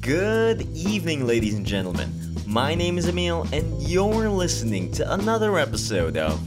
Good evening, ladies and gentlemen. My name is Emil, and you're listening to another episode of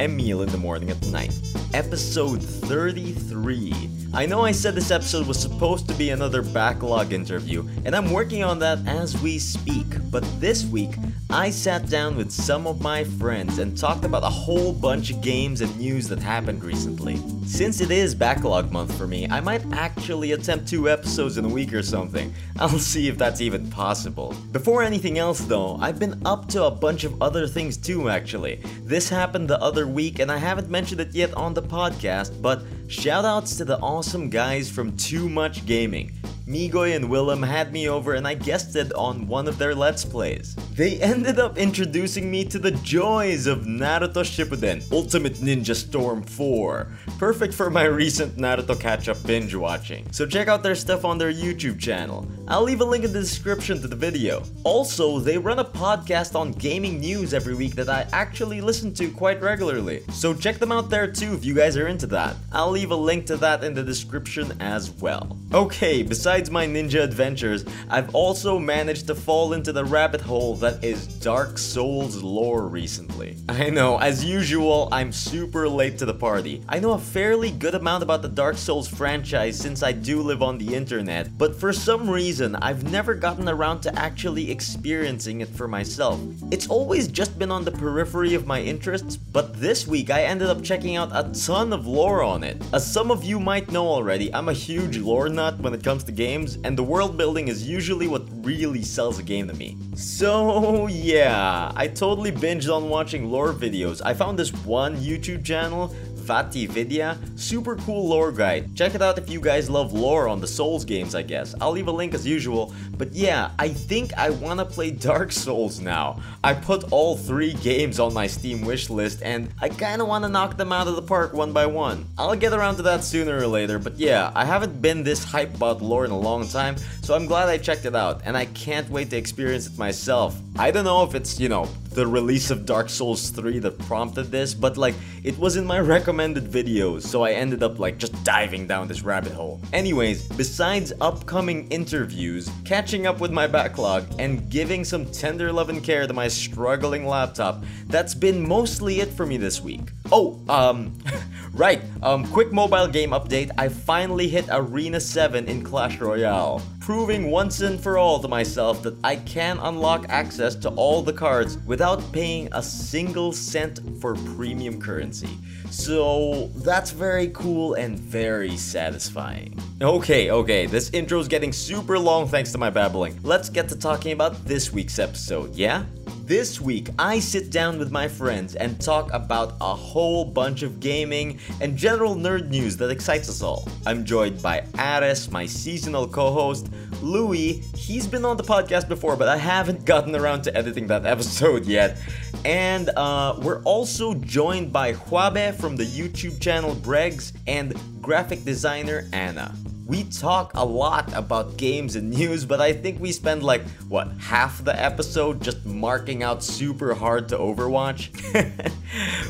Emil in the Morning at Night, episode 33. I know I said this episode was supposed to be another backlog interview, and I'm working on that as we speak, but this week I sat down with some of my friends and talked about a whole bunch of games and news that happened recently. Since it is backlog month for me, I might actually attempt two episodes in a week or something. I'll see if that's even possible. Before anything else, though, I've been up to a bunch of other things too, actually. This happened the other week, and I haven't mentioned it yet on the podcast, but shoutouts to the awesome guys from Too Much Gaming. Migoy and Willem had me over and I guested on one of their Let's Plays. They ended up introducing me to the joys of Naruto Shippuden Ultimate Ninja Storm 4, perfect for my recent Naruto catch up binge watching. So check out their stuff on their YouTube channel. I'll leave a link in the description to the video. Also, they run a podcast on gaming news every week that I actually listen to quite regularly, so check them out there too if you guys are into that. I'll leave a link to that in the description as well. Okay, besides besides my ninja adventures, I've also managed to fall into the rabbit hole that is Dark Souls lore recently. I know, as usual, I'm super late to the party. I know a fairly good amount about the Dark Souls franchise since I do live on the internet, but for some reason, I've never gotten around to actually experiencing it for myself. It's always just been on the periphery of my interests, but this week I ended up checking out a ton of lore on it. As some of you might know already, I'm a huge lore nut when it comes to games games, and the world building is usually what really sells a game to me. So, yeah, I totally binged on watching lore videos. I found this one YouTube channel, Vati Vidya, super cool lore guide. Check it out if you guys love lore on the Souls games, I guess. I'll leave a link as usual, but yeah, I think I wanna play Dark Souls now. I put all three games on my Steam wish list, and I kinda wanna knock them out of the park one by one. I'll get around to that sooner or later, but yeah, I haven't been this hyped about lore in a long time, so I'm glad I checked it out, and I can't wait to experience it myself. I don't know if it's, you know, the release of Dark Souls 3 that prompted this, but like, it was in my recommended videos, so I ended up like just diving down this rabbit hole. Anyways, besides upcoming interviews, catching up with my backlog, and giving some tender love and care to my struggling laptop, that's been mostly it for me this week. Oh, um, right, um, quick mobile game update. I finally hit Arena 7 in Clash Royale, proving once and for all to myself that I can unlock access to all the cards without paying a single cent for premium currency. So that's very cool and very satisfying. Okay, okay, this intro's getting super long thanks to my babbling. Let's get to talking about this week's episode, yeah? This week, I sit down with my friends and talk about a whole bunch of gaming and general nerd news that excites us all. I'm joined by Aris, my seasonal co host, Louis, he's been on the podcast before, but I haven't gotten around to editing that episode yet. And uh, we're also joined by Huabe from the YouTube channel Bregs and graphic designer Anna. We talk a lot about games and news, but I think we spend like, what, half the episode just marking out super hard to Overwatch?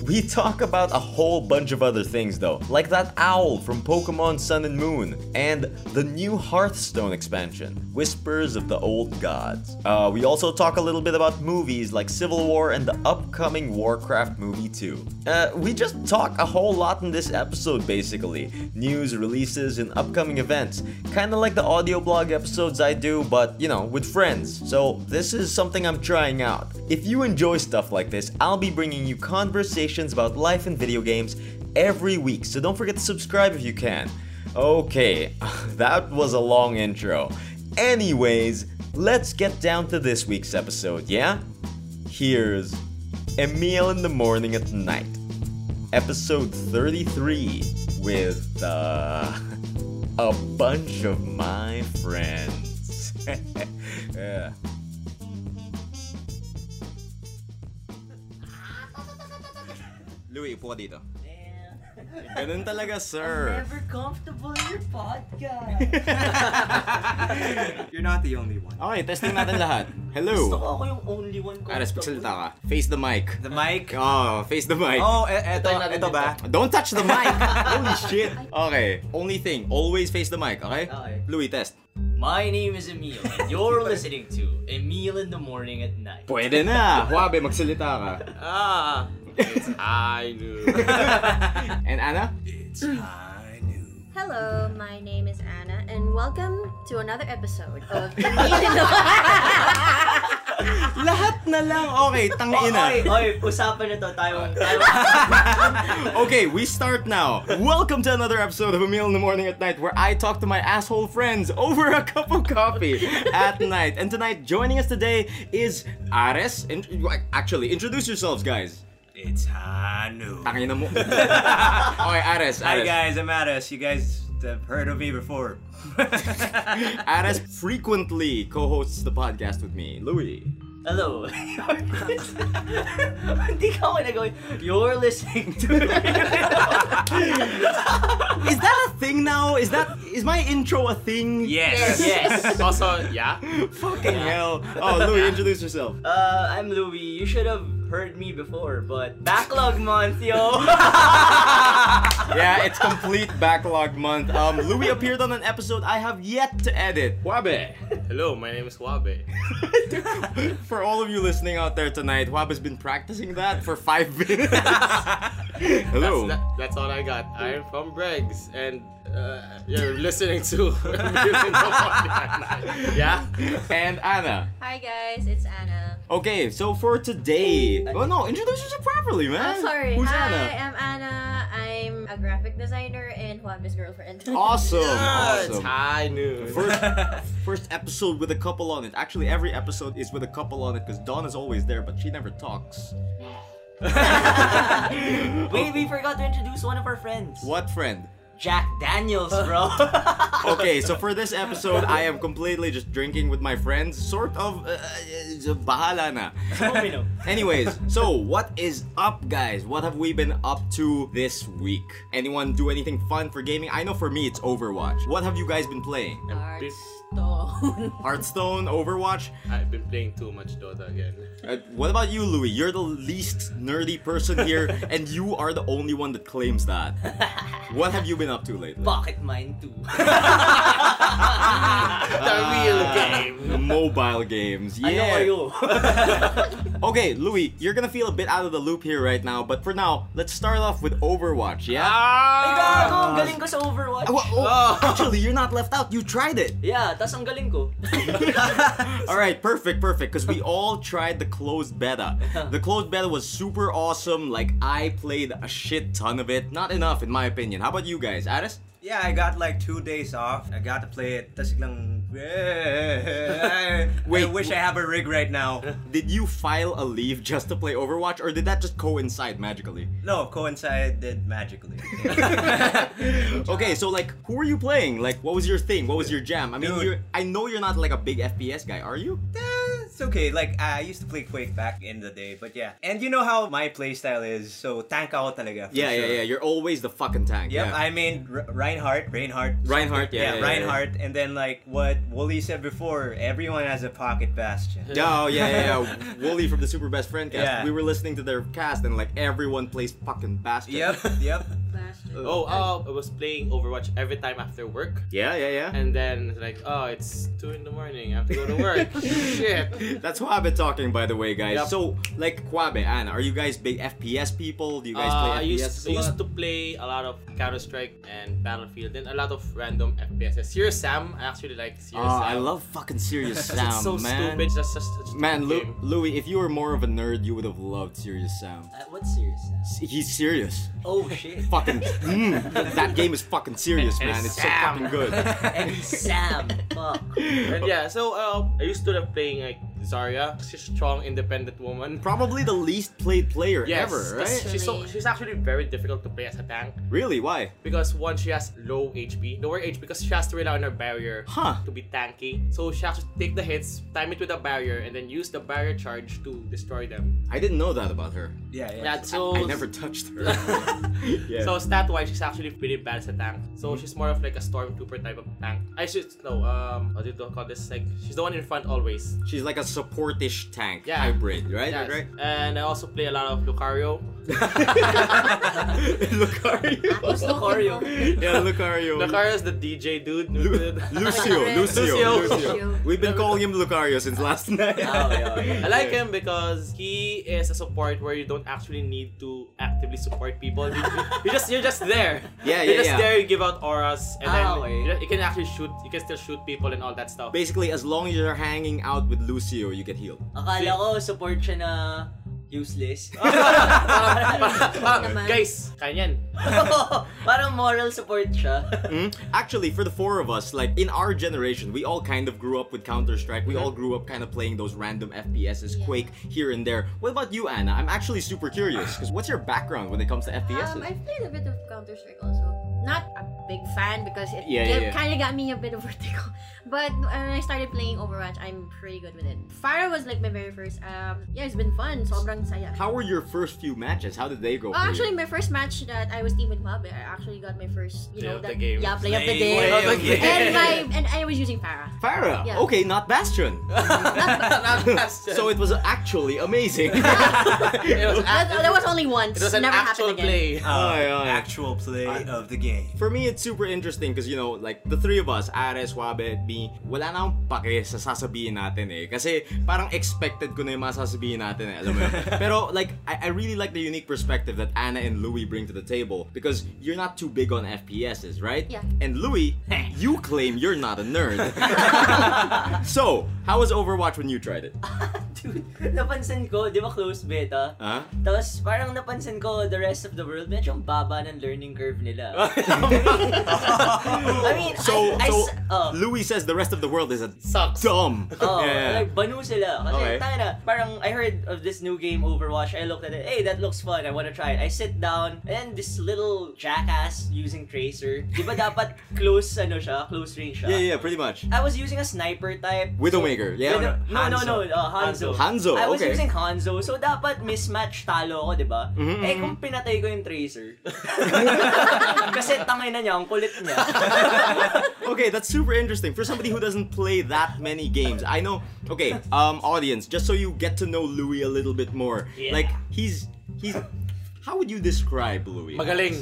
we talk about a whole bunch of other things though, like that owl from Pokemon Sun and Moon, and the new Hearthstone expansion, Whispers of the Old Gods. Uh, we also talk a little bit about movies like Civil War and the upcoming Warcraft movie 2. Uh, we just talk a whole lot in this episode basically news, releases, and upcoming events events. Kind of like the audio blog episodes I do, but you know, with friends. So, this is something I'm trying out. If you enjoy stuff like this, I'll be bringing you conversations about life and video games every week, so don't forget to subscribe if you can. Okay, that was a long intro. Anyways, let's get down to this week's episode, yeah? Here's Emil in the Morning at Night, episode 33 with, uh, a bunch of my friends. yeah. Louis, upo ka dito. Ganun talaga, sir. Never comfortable in your podcast. You're not the only one. Okay, testing natin lahat. Gusto Hello. ko ako yung only one comfortable. Aras, pagsalita ka. Face the mic. The mic. Oh, face the mic. Oh, e- eto, Ito yung eto ba? Ah, Don't touch the mic! Holy shit! Okay, only thing, always face the mic, okay? Okay. Louis, test. My name is Emil, and you're listening to Emil in the Morning at Night. Pwede na! Huwabe, magsalita ka. Ah, it's high noon. And Anna? It's high noon. Hello, my name is Anna, and welcome to another episode of Emil Lahat na lang! Okay, tangina. Oy, oy, usapan na to. Tayong, tayong, Okay, we start now. Welcome to another episode of A Meal in the Morning at Night, where I talk to my asshole friends over a cup of coffee at night. And tonight, joining us today is Ares. In- actually, introduce yourselves, guys. It's high noon. Tangina mo. okay, Ares. Ares. Hi guys, I'm Adas. You guys have heard of me before. Ares frequently co-hosts the podcast with me, Louis. hello. Hindi ka ako nagawin. You're listening to Is that a thing now? Is that is my intro a thing? Yes. Yes. also, yeah. Fucking hell. Oh, Louis, introduce yourself. Uh, I'm Louie. You should have heard me before, but backlog month, yo. yeah, it's complete backlog month. Um, Louis appeared on an episode I have yet to edit. Wabe. Hello, my name is Wabe. For all of you listening out there tonight, Wabe's been practicing that for five minutes. Hello. That's, that- that's all I got. I'm from Bregs, and uh, you're listening to Music Yeah? And Anna. Hi guys, it's Anna. Okay, so for today. Oh no, introduce yourself properly, man. I'm sorry. Who's Hi, Anna? I'm Anna. I'm a graphic designer and Juan's girlfriend. Awesome. Yeah, It's awesome. high noon. First, first episode with a couple on it. Actually, every episode is with a couple on it because Dawn is always there, but she never talks. we, we forgot to introduce one of our friends. What friend? Jack Daniels, bro. Okay, so for this episode, I am completely just drinking with my friends. Sort of, uh, uh, bahala na. Domino. Anyways, so what is up, guys? What have we been up to this week? Anyone do anything fun for gaming? I know for me, it's Overwatch. What have you guys been playing? Hearthstone. Hearthstone, Overwatch. I've been playing too much Dota again. Uh, what about you, Louis? You're the least nerdy person here, and you are the only one that claims that. What have you been up to lately? Bakit mine too? Ah. the real game. Mobile games. Yeah. Ano kayo? Okay, Louis, you're gonna feel a bit out of the loop here right now, but for now, let's start off with Overwatch, yeah? Ay, Ah! gago, ang galing ko sa Overwatch. Oh, oh, actually, you're not left out. You tried it. Yeah, tas ang galing ko. Uh, All right, perfect, perfect. Because we all tried the closed beta. The closed beta was super awesome. Like I played a shit ton of it. Not enough, in my opinion. How about you guys, Aris? Yeah, I got like two days off. I got to play it. Tasik lang. I Wait, wish I have a rig right now. Did you file a leave just to play Overwatch, or did that just coincide magically? No, coincided magically. Eh, Okay, so like, who were you playing? Like, what was your thing? What was your jam? I mean, Dude. you're, I know you're not like a big FPS guy, are you? Eh, it's okay. Like I used to play Quake back in the day, but yeah. And you know how my playstyle is, so tank out talaga. for Yeah, yeah, sure. yeah. You're always the fucking tank. Yep, yeah. I mean R- Reinhardt, Reinhardt. Reinhardt, yeah, yeah, yeah, yeah, Reinhardt, and then like what Wooly said before, everyone has a pocket bastion. Oh yeah, yeah, yeah. Wooly from the Super Best Friend cast. Yeah. We were listening to their cast and like everyone plays fucking bastard. Yep, yep. Oh, uh, I was playing Overwatch every time after work. Yeah, yeah, And then, like, oh, it's 2 in the morning. I have to go to work. Shit. yeah. That's Kwabe talking, by the way, guys. Yep. So, like Kwabe, Anna, are you guys big FPS people? Do you guys Uh, I play FPS? used, I a lot? used to play a lot of Counter Strike and Battlefield and a lot of random FPSs. Serious Sam, I actually like Serious Ah, Sam. I love fucking serious Sam, It's so man. stupid. That's just such a Man, stupid Lu- game. Louis, if you were more of a nerd, you would have loved Serious Sam. Uh, what series? S- He's serious. Oh, shit. Fucking. Mm, that game is fucking serious, And man. it's It's so Sam. fucking good. And Sam. Fuck. And yeah, so um, I used to love playing like Zarya. She's a strong, independent woman. Probably the least played player Yes, ever, that's- right? She's so she's actually very difficult to play as a tank Really? Why? because one she has low HP, lower HP because she has to rely on her barrier Huh. to be tanky. So she has to take the hits, time it with a barrier, and then use the barrier charge to destroy them. I didn't know that about her. Yeah, yeah. Yeah, so I never touched her. yeah. Mm-hmm. So stat wise, she's actually pretty bad as a tank. So she's more of like a stormtrooper type of tank. I should no, um, what do you call this? Like she's the one in front always. she's like a supportish tank Yeah. hybrid, right? Yes. Right, right? And I also play a lot of Lucario. Lucario. Gusto ko Lucario. yun. yeah, Lucario. Nakario's the DJ dude. Lucio, Lucario. Lucio, Lucio. Lucio. We've been calling him Lucario since last night. Okay, okay. I like him because he is a support where you don't actually need to actively support people. You, you just you're just there. Yeah, you're yeah, just yeah. there. You give out auras, and then Ah, okay. you, you can actually shoot. You can still shoot people and all that stuff. Basically, as long as you're hanging out with Lucio, you get healed. Akala ko support siya na useless. Parang, Naman. guys, kaya yan. Parang moral support siya. Hmm? Actually, for the four of us, like in our generation, we all kind of grew up with Counter Strike. We all grew up kind of playing those random FPSs, Yeah. Quake here and there. What about you, Anna? I'm actually super curious because what's your background when it comes to FPSs? Um, I've played a bit of Counter Strike also. Not a big fan because it Yeah, yeah, yeah. kind of got me a bit of vertigo. But when I started playing Overwatch, I'm pretty good with it. Fire was like my very first. Um, yeah, it's been fun. Sobrang saya. How were your first few matches? How did they go? for Oh, you? actually, my first match that I was team with Bob, I actually got my first, you Play know, of the that, game. yeah, play of the Play game. of the game. And my and I was using Farah. Farah. Yeah. Okay, not Bastion. Not question. so it was actually amazing. It was That, act- that was only once. it was an Never actual happened again. play. Uh, Ay, ay. Actual play of the game. For me, it's super interesting because, you know, like, the three of us, Ares, Wabe, at me, wala na akong pake sa sasabihin natin eh. Kasi parang expected ko na yung mga sasabihin natin eh, alam mo yun. Pero, like, I, I really like the unique perspective that Anna and Louie bring to the table because you're not too big on FPSs, right? Yeah. And Louie, you claim you're not a nerd. so, how was Overwatch when you tried it? Dude, napansin ko, di ba close beta? Huh? Tapos parang napansin ko the rest of the world, medyo ang baba ng learning curve nila. I mean, So, I, I, so s- oh. Louis says the rest of the world is a Sucks. dumb. Oh, Yeah. like banu sila. Kasi Okay. tayo na, parang I heard of this new game Overwatch. I looked at it, hey, that looks fun. I wanna try it. I sit down, and then this little jackass using Tracer. Di ba dapat close ano siya, close range siya? yeah, yeah, pretty much. I was using a sniper type. Widowmaker, yeah? Widow- no, no, no, Hanzo. uh, Hanzo. Hanzo, I was okay. using Hanzo, so dapat mismatch talo ako, di ba? Mhm, Eh, mhm. kung pinatay ko yung Tracer. Kasi tangay na niya, ang kulit niya. okay, that's super interesting for somebody who doesn't play that many games. I know. Okay, um, audience, just so you get to know Louis a little bit more. Yeah. Like he's he's. How would you describe Louis? Magaling.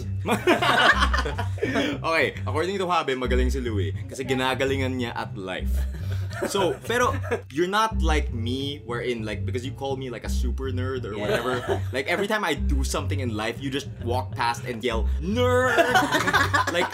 okay, according to Habe, magaling si Louis kasi ginagalingan niya at life. So, pero you're not like me wherein like because you call me like a super nerd or Yeah. whatever. Like every time I do something in life, you just walk past and yell, "Nerd!" like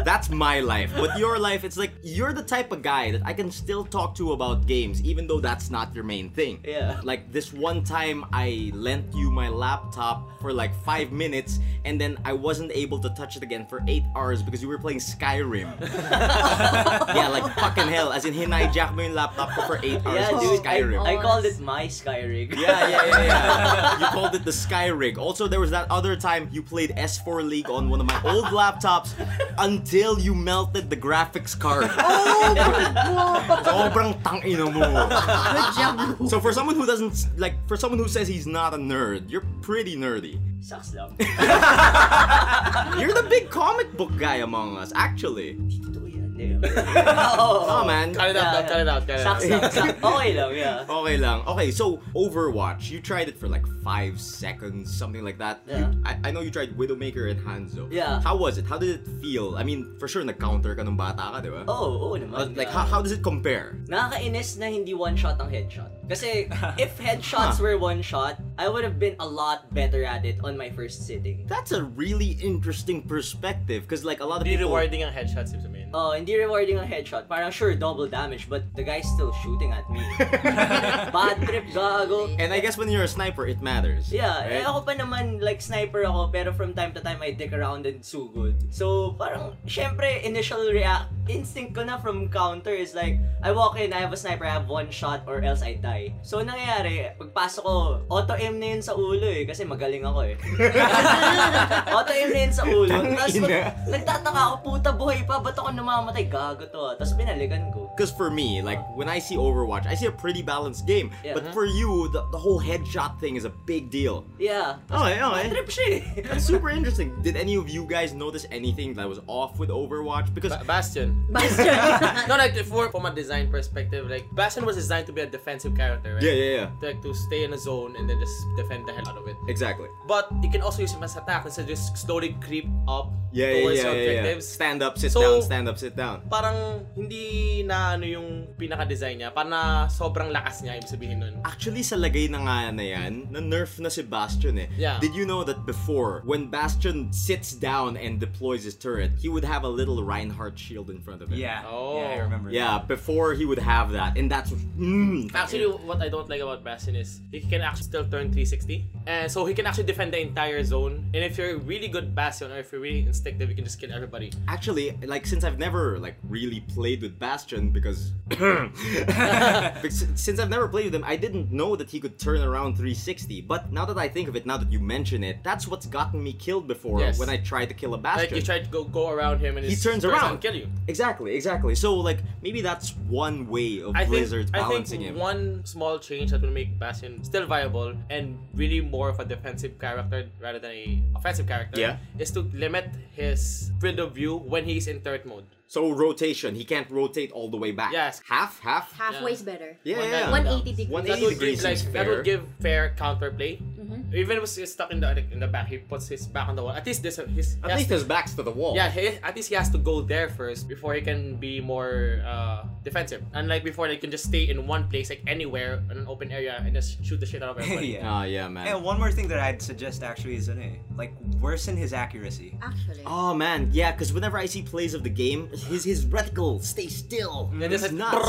that's my life. But your life, it's like you're the type of guy that I can still talk to about games even though that's not your main thing. Yeah. Like this one time I lent you my laptop for like five minutes and then I wasn't able to touch it again for eight hours because you were playing Skyrim. yeah, like fucking hell. As in hinijack mo yung laptop ko for eight hours yeah, for dude, I, Skyrim. I called it my Skyrig. Yeah, yeah, yeah, yeah. you called it the Sky Rig. Also, there was that other time you played S4 League on one of my old laptops until you melted the graphics card. Oh my god! Sobrang tangina mo. Good job. So for someone who doesn't like, for someone who says he's not a nerd, you're pretty nerdy. Sucks lang. You're the big comic book guy among us, actually. Totoo yan, eh. Oo. Oh man. Cut it out, cut it out, cut it out. Sucks lang, sucks. Okay lang, yeah. Okay lang. Okay, so Overwatch, you tried it for like five seconds, something like that. You- Yeah. I, I know you tried Widowmaker and Hanzo. Yeah. How was it? How did it feel? I mean, for sure, nag-counter ka nung bata ka, di ba? Oo, oo But, Oh, naman. like, yeah. how, how does it compare? Nakakainis na hindi one shot ang headshot. Kasi if headshots Huh. were one shot, I would have been a lot better at it on my first sitting. That's a really interesting perspective, because like a lot of Hindi people. rewarding ang headshot seems to me. Oh, hindi rewarding ang headshot. Parang sure, double damage, but the guy's still shooting at me. Bad trip, gago. And I guess when you're a sniper, it matters. Yeah, eh right? ako pa naman, like, sniper ako, pero from time to time, I dick around and sugod. So, parang, syempre, initial react, instinct ko na from counter is like, I walk in, I have a sniper, I have one shot, or else I die. So, nangyayari, pagpasok ko, auto-aim na yun sa ulo eh, kasi magaling ako eh. auto-aim na yun sa ulo. Tapos, Tangina. nagtataka ako, puta buhay pa, ba't ako namamatay? Gago to ah. Tapos, binalikan ko. Because for me, like when I see Overwatch, I see a pretty balanced game. Yeah. But for you, the, the whole headshot thing is a big deal. Yeah. Okay, okay. Trip siya eh. That's super interesting. Did any of you guys notice anything that was off with Overwatch? Because Ba- Bastion. Bastion. no, like for from a design perspective, like Bastion was designed to be a defensive character, right? yeah, yeah, yeah, Like to stay in a zone and then just defend the hell out of it. exactly. But you can also use him as attack instead just slowly creep up Yeah, yeah, towards yeah, your yeah, yeah. objectives. Stand up, sit So- down. Stand up, sit down. Parang hindi na ano yung pinaka-design niya. Parang na sobrang lakas niya, ibig sabihin nun. Actually, sa lagay na nga na yan, na-nerf na si Bastion eh. Yeah. Did you know that before, when Bastion sits down and deploys his turret, he would have a little Reinhardt shield in front of him? Yeah. Oh. Yeah, I remember. Yeah, before he would have that. And that's... Mm, Actually, what I don't like about Bastion is he can actually still turn 360. And so he can actually defend the entire zone. And if you're a really good Bastion or if you're really instinctive, you can just kill everybody. actually like since i've never like really played with bastion because because since i've never played with him i didn't know that he could turn around 360 but now that i think of it now that you mention it that's what's gotten me killed before Yes. when i tried to kill a bastion Like you try to go go around him and he it's- turns out around and kill you. exactly exactly so like maybe that's one way of I think blizzard I balancing think him one small change that will make Bastion still viable and really more of a defensive character rather than a offensive character Yeah. is to limit his field of view when he's in third mode. so rotation he can't rotate all the way back Yes. half half Halfway's better. yeah, yeah, yeah. 180 degrees. 180 That would degrees give like seems that fair. would give fair counterplay. Mm-hmm. Even if he's stuck in the in the back, he puts his back on the wall. At least this his at least his back's to the wall Yeah, he, at least he has to go there first before he can be more uh, defensive. Unlike before, they can just stay in one place, like anywhere, in an open area, and just shoot the shit out of everybody. yeah. Ah, yeah man And one more thing that I'd suggest actually is, ano eh, like, worsen his accuracy. Actually. Oh man, yeah, because whenever I see plays of the game, his his reticle stays still. And It's just like, nuts.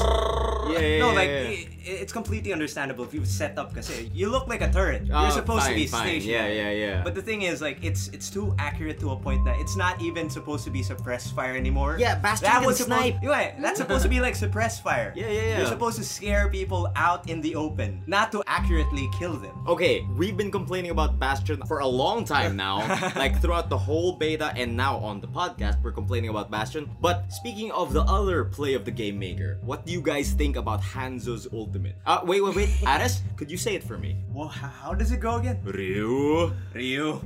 Yeah, yeah, No, yeah, like, yeah. i- i- it's completely understandable if you've set up, kasi you look like a turret. Oh, You're supposed fine, to be fine. Yeah, stationary. yeah, yeah. But the thing is, like, it's it's too accurate to a point that it's not even supposed to be suppressed fire anymore. Yeah, Bastion that can was supposed, snipe. Yeah, that's supposed to be like suppressed fire. Yeah, yeah, yeah. You're supposed to scare people out in the open, not to accurately kill them. okay, we've been complaining about Bastion for a long time now, like throughout the whole beta and now on the podcast, we're complaining about Bastion. But speaking of the other play of the game maker, what do you guys think about Hanzo's ultimate? Uh, wait, wait, wait, Ares, could you say it for me? Well, h- how does it go again? Ryu. Ryu.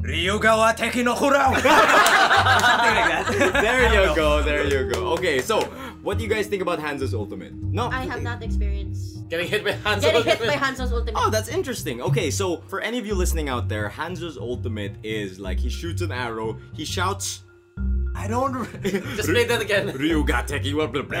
Ryugawa Teki no Kurao! Something like that. I There don't you know. go, there you go. Okay, so what do you guys think about Hanzo's ultimate? No, I have not experienced Getting hit by hands. getting hit by Hanzo's ultimate. Oh, that's interesting. Okay, so for any of you listening out there, Hanzo's ultimate is like he shoots an arrow, he shouts, I don't. re- Just play that again. Ryu ga teki wa blah blah.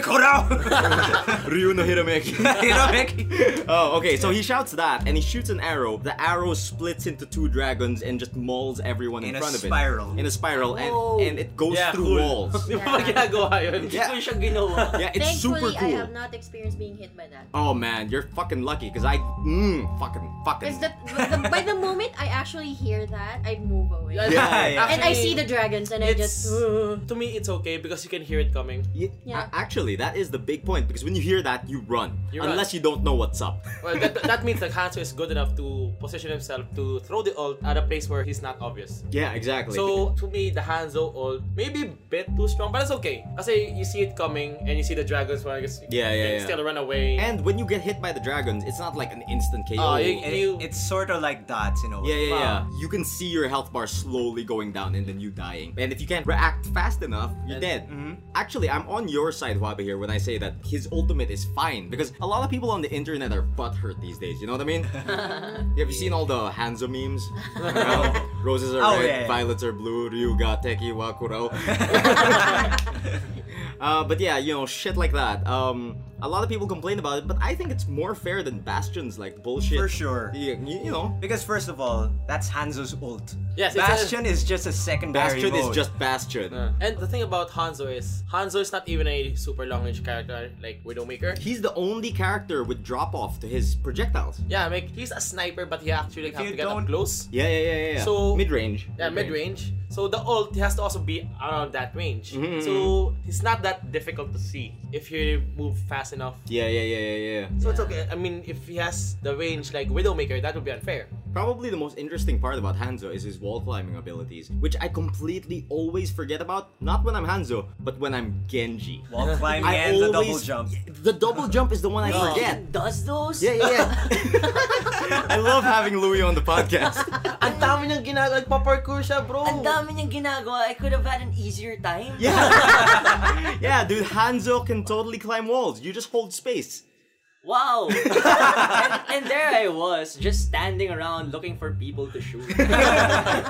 Kurao! Ryu no Hirameki. You know, Mickey? oh, okay, so he shouts that and he shoots an arrow. The arrow splits into two dragons and just mauls everyone in, In a front of it. spiral. In a spiral. Whoa. And, and it goes Yeah, through cool. walls. Di ba ba ginagawa yun? Yeah. Kung siya ginawa. Yeah, it's Thankfully, super cool. I have not experienced being hit by that. Oh man, you're fucking lucky because I. Mmm, fucking, fucking. Because the, the, by the moment I actually hear that, I move away. Yeah, yeah. and I see actually, the dragons and I just. it's- "Ugh." To me, it's okay because you can hear it coming. Ye- Yeah. a- actually, that is the big point because when you hear that, you run. You run. unless you don't know what's up. Well, that, that means the Hanzo is good enough to position himself to throw the ult at a place where he's not obvious. Yeah, exactly. So to me, the Hanzo ult maybe a bit too strong, but it's okay. Kasi you see it coming and you see the dragons when I guess Yeah, yeah, yeah. still run away. and when you get hit by the dragons, it's not like an instant KO. Oh, you- yeah, It- You- it's sort of like dots in a yeah, way. yeah. You can see your health bar slowly going down and then you dying. And if you can't react fast enough, you're And- dead. Mm-hmm. Actually, I'm on your side, Wabi, here when I say that his ultimate is fine because a lot of people on the internet are butthurt these days. You know what I mean? Have you seen all the Hanzo memes? Well, roses are Oh, red, yeah, yeah. violets are blue, Ryuga, Teki, Wakuro. Uh, but yeah, you know, shit like that. Um, a lot of people complain about it, but I think it's more fair than Bastion's like bullshit. For sure. Yeah, you, you know, Because first of all, that's Hanzo's ult. Yes, it's a- Bastion is just a secondary Bastion is mode. just Bastion. Uh, and the thing about Hanzo is Hanzo is not even a super long range character like Widowmaker. He's the only character with drop off to his projectiles. Yeah, like he's a sniper, but he actually have you to get up don't- close. Yeah, yeah, yeah, yeah. yeah. So- mid range. Yeah, mid range. So the ult has to also be around that range. Mm-hmm, So it's not that difficult to see if you move fast enough. Yeah, yeah, yeah, yeah, yeah. So it's okay. I mean, if he has the range like Widowmaker, that would be unfair. Probably the most interesting part about Hanzo is his wall climbing abilities, which I completely always forget about, not when I'm Hanzo, but when I'm Genji. Wall climbing I and the double always- jump. The double jump is the one I forget. Oh, does those? Yeah, yeah, yeah. I love having Louis on the podcast. Ang dami niyang ginagawa. Nagpa-parkour siya, bro. Ang dami niyang ginagawa. I could have had an easier time. Yeah. yeah, dude, Hanzo can totally climb walls. You just hold space. Wow! and, and there I was, just standing around looking for people to shoot.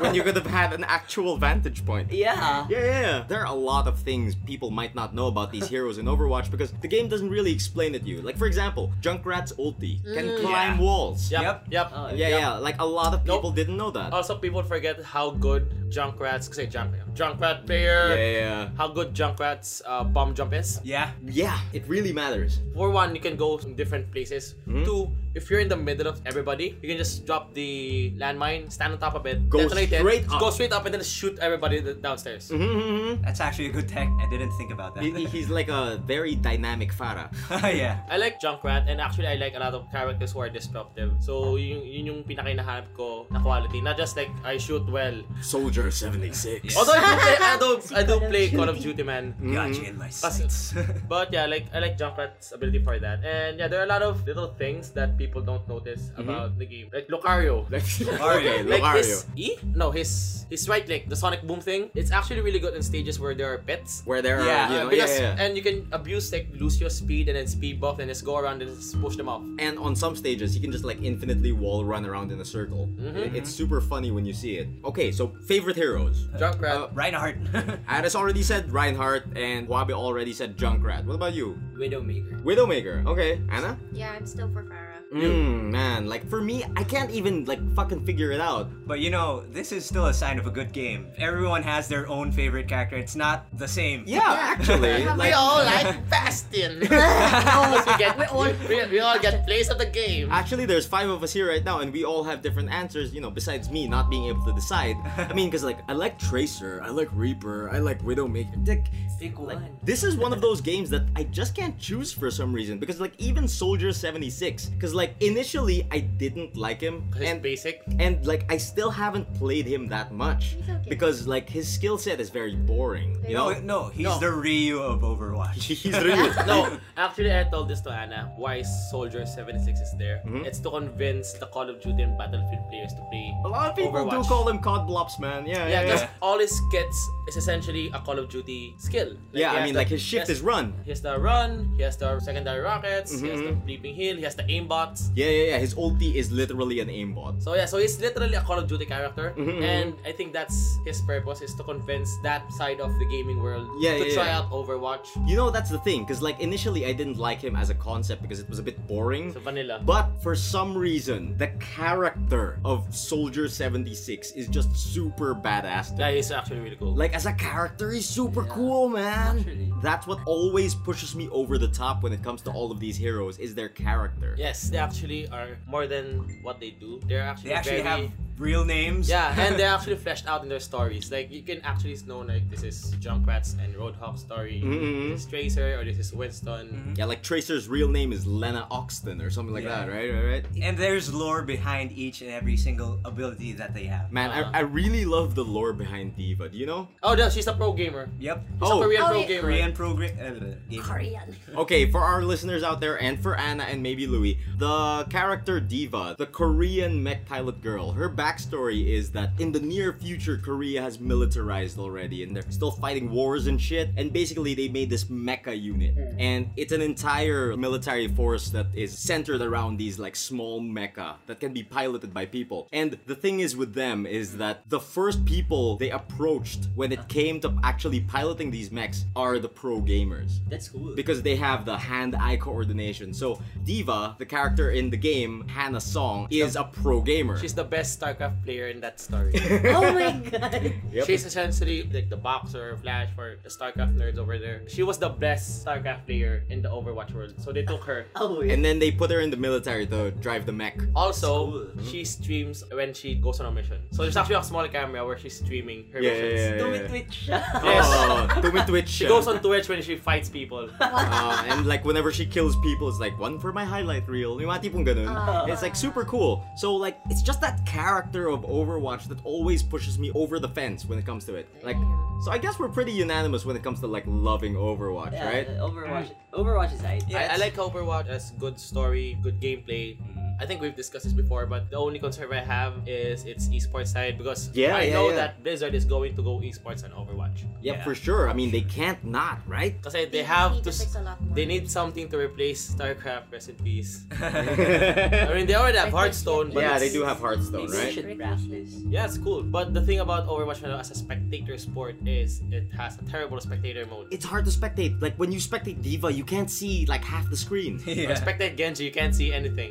when you could have had an actual vantage point. yeah. Yeah, yeah, yeah. There are a lot of things people might not know about these heroes in Overwatch because the game doesn't really explain it to you. Like, for example, Junkrat's ulti can climb walls. Mm. Yep. Yep. Yep. Oh, Yeah, yeah. Like, a lot of people Nope. Oh, didn't know that. Also, people forget how good Junkrat's say junk Junkrat player. yeah, yeah. How good Junkrat's uh, bomb jump is. Yeah. Yeah, it really matters. For one, you can go in different places. Hmm? Two, if you're in the middle of everybody, you can just drop the landmine, stand on top of it, Go detonate it, straight up. go straight up, and then shoot everybody th- downstairs. Mm-hmm. That's actually a good tech. I didn't think mm-hmm. about that. He's like a very dynamic Farah. yeah. I like Junkrat and actually I like a lot of characters who are disruptive. So yun, yun yung pinakinahanap ko na quality. Not just like I shoot well. Soldier 76. Although I do play, I do, I do play Call of Duty man. Mm. Mm-hmm. Got you in my sights. But yeah, like I like Junkrat's ability for that. And yeah, there are a lot of little things that people don't notice about the game. Like Lucario. okay, like Lucario. his E? No, his his right click, the sonic boom thing. It's actually really good in stages where there are pets. Where there are, Yeah, you Uh, know, because, yeah, yeah. and you can abuse like lose your speed and then speed buff and just go around and just push them off. and on some stages he can just like infinitely wall run around in a circle Mm-hmm. It- it's super funny when you see it okay so favorite heroes Junkrat, Reinhardt. Aris already said Reinhardt and Wabi already said Junkrat what about you Widowmaker. Widowmaker okay Anna Yeah, I'm still for Farah. mm, man like for me I can't even like fucking figure it out but you know, this is still a sign of a good game. Everyone has their own favorite character. It's not the same. yeah, actually Yeah. like, all like Bastion. we get We all- we, we all get plays of the game. Actually, there's five of us here right now, and we all have different answers. You know, besides me not being able to decide. I mean, because like I like Tracer, I like Reaper, I like Widowmaker. Dick, Pick one. This is one of those games that I just can't choose for some reason because like even Soldier 76 cuz like initially I didn't like him His and basic. and like I still haven't played him that much It's okay. because like his skill set is very boring, you No, know? no, he's No. the Ryu of Overwatch. He's really No, actually, I told this to Anna why Soldier 76 is there. Mm-hmm. It's to convince the Call of Duty and Battlefield players to play. A lot of people Overwatch. do call him COD Blops, man. Yeah, Yeah, yeah. because Yeah, all his skits is essentially a Call of Duty skill. yeah he I has mean the- like his shift he has- is run. He has the run, he has the secondary rockets, he has the Mm-hmm. bleeping heal, he has the aimbots. Yeah, yeah, yeah. His ulti is literally an aimbot. So yeah, so he's literally a Call of Duty character, Mm-hmm, and I think that's his purpose is to convince that side of the gaming world Yeah, to yeah, try yeah. out Overwatch. You know, that's the thing cuz like initially I didn't like him as a concept because it was a bit boring. So vanilla. But for some reason, the character of Soldier 76 is just super badass. to me. yeah, he's actually really cool. Like as a character, he's super cool, man. actually. That's what always pushes me over the top when it comes to all of these heroes is their character. yes, they actually are more than what they do. They're actually They actually very have real names. yeah, and they're actually fleshed out in their stories. Like you can actually know like this is Junkrat's and Roadhog story, Mm-hmm. Mhm. this is Tracer, or this is Winston. Yeah, like Tracer's real name is Lena Oxton or something like Yeah. that, right? Right? right? And there's lore behind each and every single ability that they have. Man, Uh-huh. I, I really love the lore behind Diva. Do you know? Oh no, she's a pro gamer. Yep. She's Oh. a Korean Oh, pro yeah. gamer. Korean program. Uh, game. Korean. Okay, for our listeners out there and for Anna and maybe Louis, the character Diva, the Korean mech pilot girl, her backstory is that in the near future, Korea has militarized already and they're still fighting wars and shit. And basically, they made this mecha unit. And it's an entire military force that is centered around these like small mecha that can be piloted by people. And the thing is with them is that the first people they approached when it came to actually piloting these mechs are the pro gamers That's cool. because they have the hand-eye coordination. So Diva, the character in the game, Hannah Song, is a pro gamer. She's the best StarCraft StarCraft player in that story. Oh my god. Yep. She's essentially like the boxer Flash for the StarCraft nerds over there. She was the best StarCraft player in the Overwatch world, so they took her. Oh, wait. And then they put her in the military to drive the mech. Also, Mm-hmm. she streams when she goes on a mission. So there's actually a small camera where she's streaming her missions. Tumitwit siya. Yes. Oh, Tumi Twitch. She goes on Twitch when she fights people. Uh, and like whenever she kills people, it's like one for my highlight reel. Yung mga tipong ganun. Uh. Ah. It's like super cool. So like it's just that character of Overwatch that always pushes me over the fence when it comes to it. Like so I guess we're pretty unanimous when it comes to like loving Overwatch, Yeah, right? Overwatch. Overwatch is right. I, I like Overwatch as good story, good gameplay. I think we've discussed this before, but the only concern I have is its esports side because Yeah, I yeah, know yeah. that Blizzard is going to go esports on Overwatch. Yeah, for sure. I mean they can't not, right? Because they have need to. to fix s- a lot more. They need something to replace StarCraft recipes. I yeah, mean, they already have Like, like, Hearthstone, but they it's- do have Hearthstone, Maybe we right? should wrap this. Yeah, it's cool. But the thing about Overwatch now as a spectator sport is it has a terrible spectator mode. It's hard to spectate. Like when you spectate Diva, you can't see like half the screen. When you spectate Genji, you can't see anything.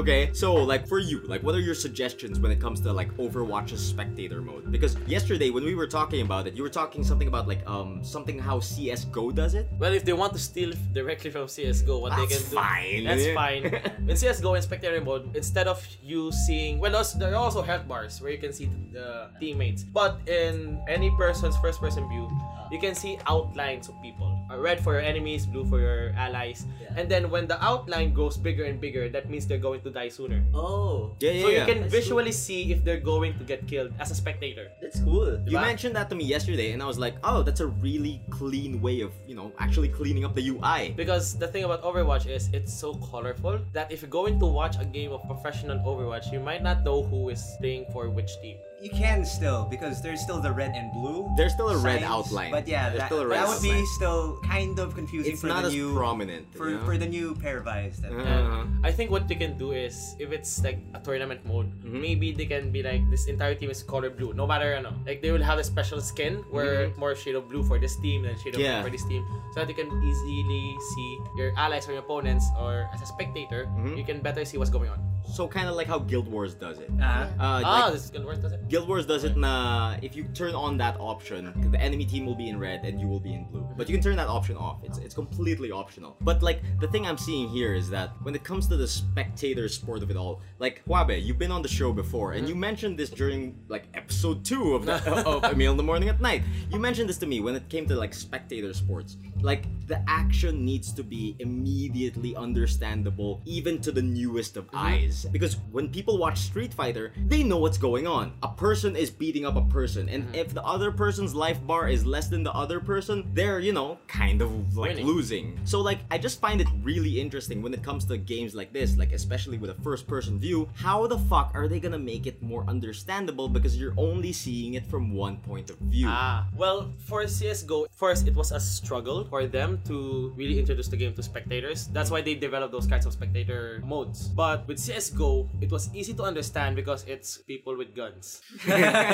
okay, so like for you, like what are your suggestions when it comes to like Overwatch's spectator mode? Because yesterday when we were talking about it, you were talking something about like um something how CS:GO does it. Well, if they want to steal directly from CSGO, what they That's can do. fine. That's fine. In CSGO, in Spectator Mode, instead of you seeing. Well, also, there are also health bars where you can see the teammates. But in any person's first person view, you can see outlines of people. Uh, Red for your enemies, blue for your allies. Yeah. And then when the outline grows bigger and bigger, that means they're going to die sooner. Oh, Yeah, yeah. so you yeah. can That's visually see if they're going to get killed as a spectator. that's cool. You Diba? mentioned that to me yesterday, and I was like, oh, that's a really clean way of you know actually cleaning up the UI. Because the thing about Overwatch is it's so colorful that if you're going to watch a game of professional Overwatch, you might not know who is playing for which team. You can still because there's still the red and blue. There's still a red signs, outline. But yeah, There's that, still a red that would be outline. still kind of confusing It's for not the as new prominent for, you know? for the new pair of eyes. That, Uh-huh. And I think what they can do is if it's like a tournament mode, maybe they can be like this entire team is color blue, no matter ano. Like they will have a special skin where more shade of blue for this team and shade of Yeah. blue for this team, so that you can easily see your allies or your opponents, or as a spectator, you can better see what's going on. So kind of like how Guild Wars does it. Uh, Uh, ah, like, this is gonna work, does it? Guild Wars does it na if you turn on that option, the enemy team will be in red and you will be in blue. But you can turn that option off. It's it's completely optional. But like the thing I'm seeing here is that when it comes to the spectator sport of it all, like Huabe, you've been on the show before and you mentioned this during like episode two of the, of A Meal in the Morning at Night. You mentioned this to me when it came to like spectator sports. Like the action needs to be immediately understandable even to the newest Mm-hmm. of eyes because when people watch Street Fighter, they know what's going on. A person is beating up a person and Mm-hmm. if the other person's life bar is less than the other person, they're, you know, kind of like Winning. losing. So like I just find it really interesting when it comes to games like this, like especially with a first person view, how the fuck are they going to make it more understandable because you're only seeing it from one point of view. Ah, well, for CSGO, first it was a struggle for them to really introduce the game to spectators. That's why they developed those kinds of spectator modes. But with CSGO, it was easy to understand because it's people with guns.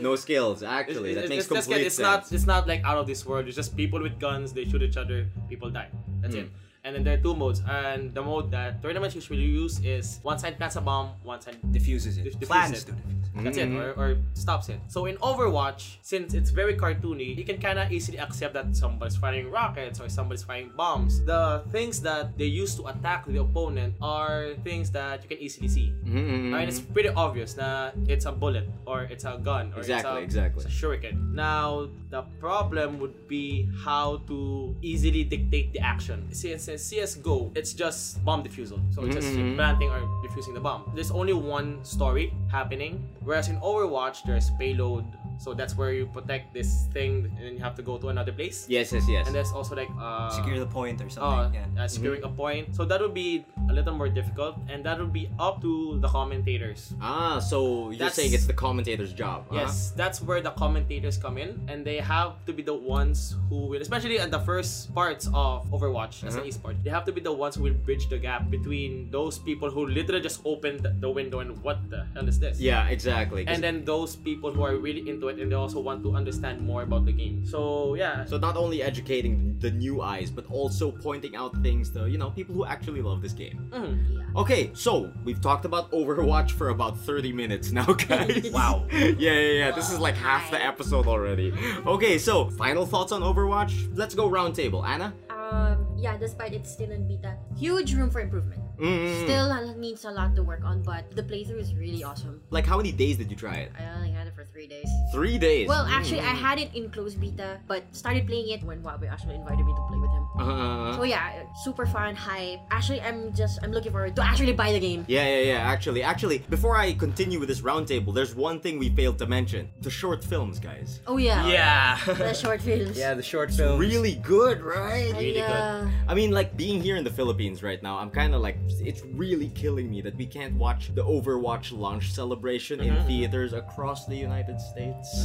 no skills actually. It's- that makes it's- it's- complete it's sense. not it's not like out of this world. It's just people with guns. They shoot each other. People die. That's Hmm. it. And then there are two modes. And the mode that tournaments usually use is one side plants a bomb, one side diffuses it. Dif- diffuse Plans it. to diffuse. it. That's Hmm. it, or, or stops it. So in Overwatch, since it's very cartoony, you can kind of easily accept that somebody's firing rockets or somebody's firing bombs. The things that they use to attack the opponent are things that you can easily see. Mm-mm. I mean, it's pretty obvious na it's a bullet or it's a gun or Exactly, it's, a, exactly. it's a shuriken. Now, the problem would be how to easily dictate the action. Since in CSGO, it's just bomb defusal. So it's just Mm-hmm. planting or defusing the bomb. There's only one story happening, whereas in Overwatch, there's payload. So that's where you protect this thing and then you have to go to another place. Yes, yes, yes. And there's also like uh, Secure the point or uh, something. yeah. uh, securing Mm-hmm. a point. So that would be a little more difficult, and that would be up to the commentators. Ah, so you're That's- saying it's the commentator's job? huh? Yes, that's where the commentators come in, and they have to be the ones who will, especially at the first parts of Overwatch as Mm-hmm. an esport, they have to be the ones who will bridge the gap between those people who literally just opened the window and what the hell is this? Yeah, exactly. 'cause- And then those people who are really into into it and they also want to understand more about the game. So yeah. So not only educating the new eyes, but also pointing out things to you know people who actually love this game. Mhm. Okay, so we've talked about Overwatch for about 30 minutes now, guys. Wow. yeah, yeah, yeah. This is like half the episode already. Okay, so final thoughts on Overwatch. Let's go roundtable, Anna. Um, yeah, despite it's still in beta, huge room for improvement. Mm. Still uh, needs a lot to work on, but the playthrough is really awesome. Like how many days did you try it? I only had it for three days. Three days. Well, actually, I had it in closed beta, but started playing it when Wabi actually invited me to play with him. Uh, So yeah, super fun, hype. Actually, I'm just I'm looking forward to actually buy the game. Yeah, yeah, yeah. Actually, actually, before I continue with this roundtable, there's one thing we failed to mention: the short films, guys. Oh yeah, Yeah. the short films. yeah, the short film. Really good, right? really good. I mean, like being here in the Philippines right now, I'm kind of like, it's really killing me that we can't watch the Overwatch launch celebration in theaters across the United States.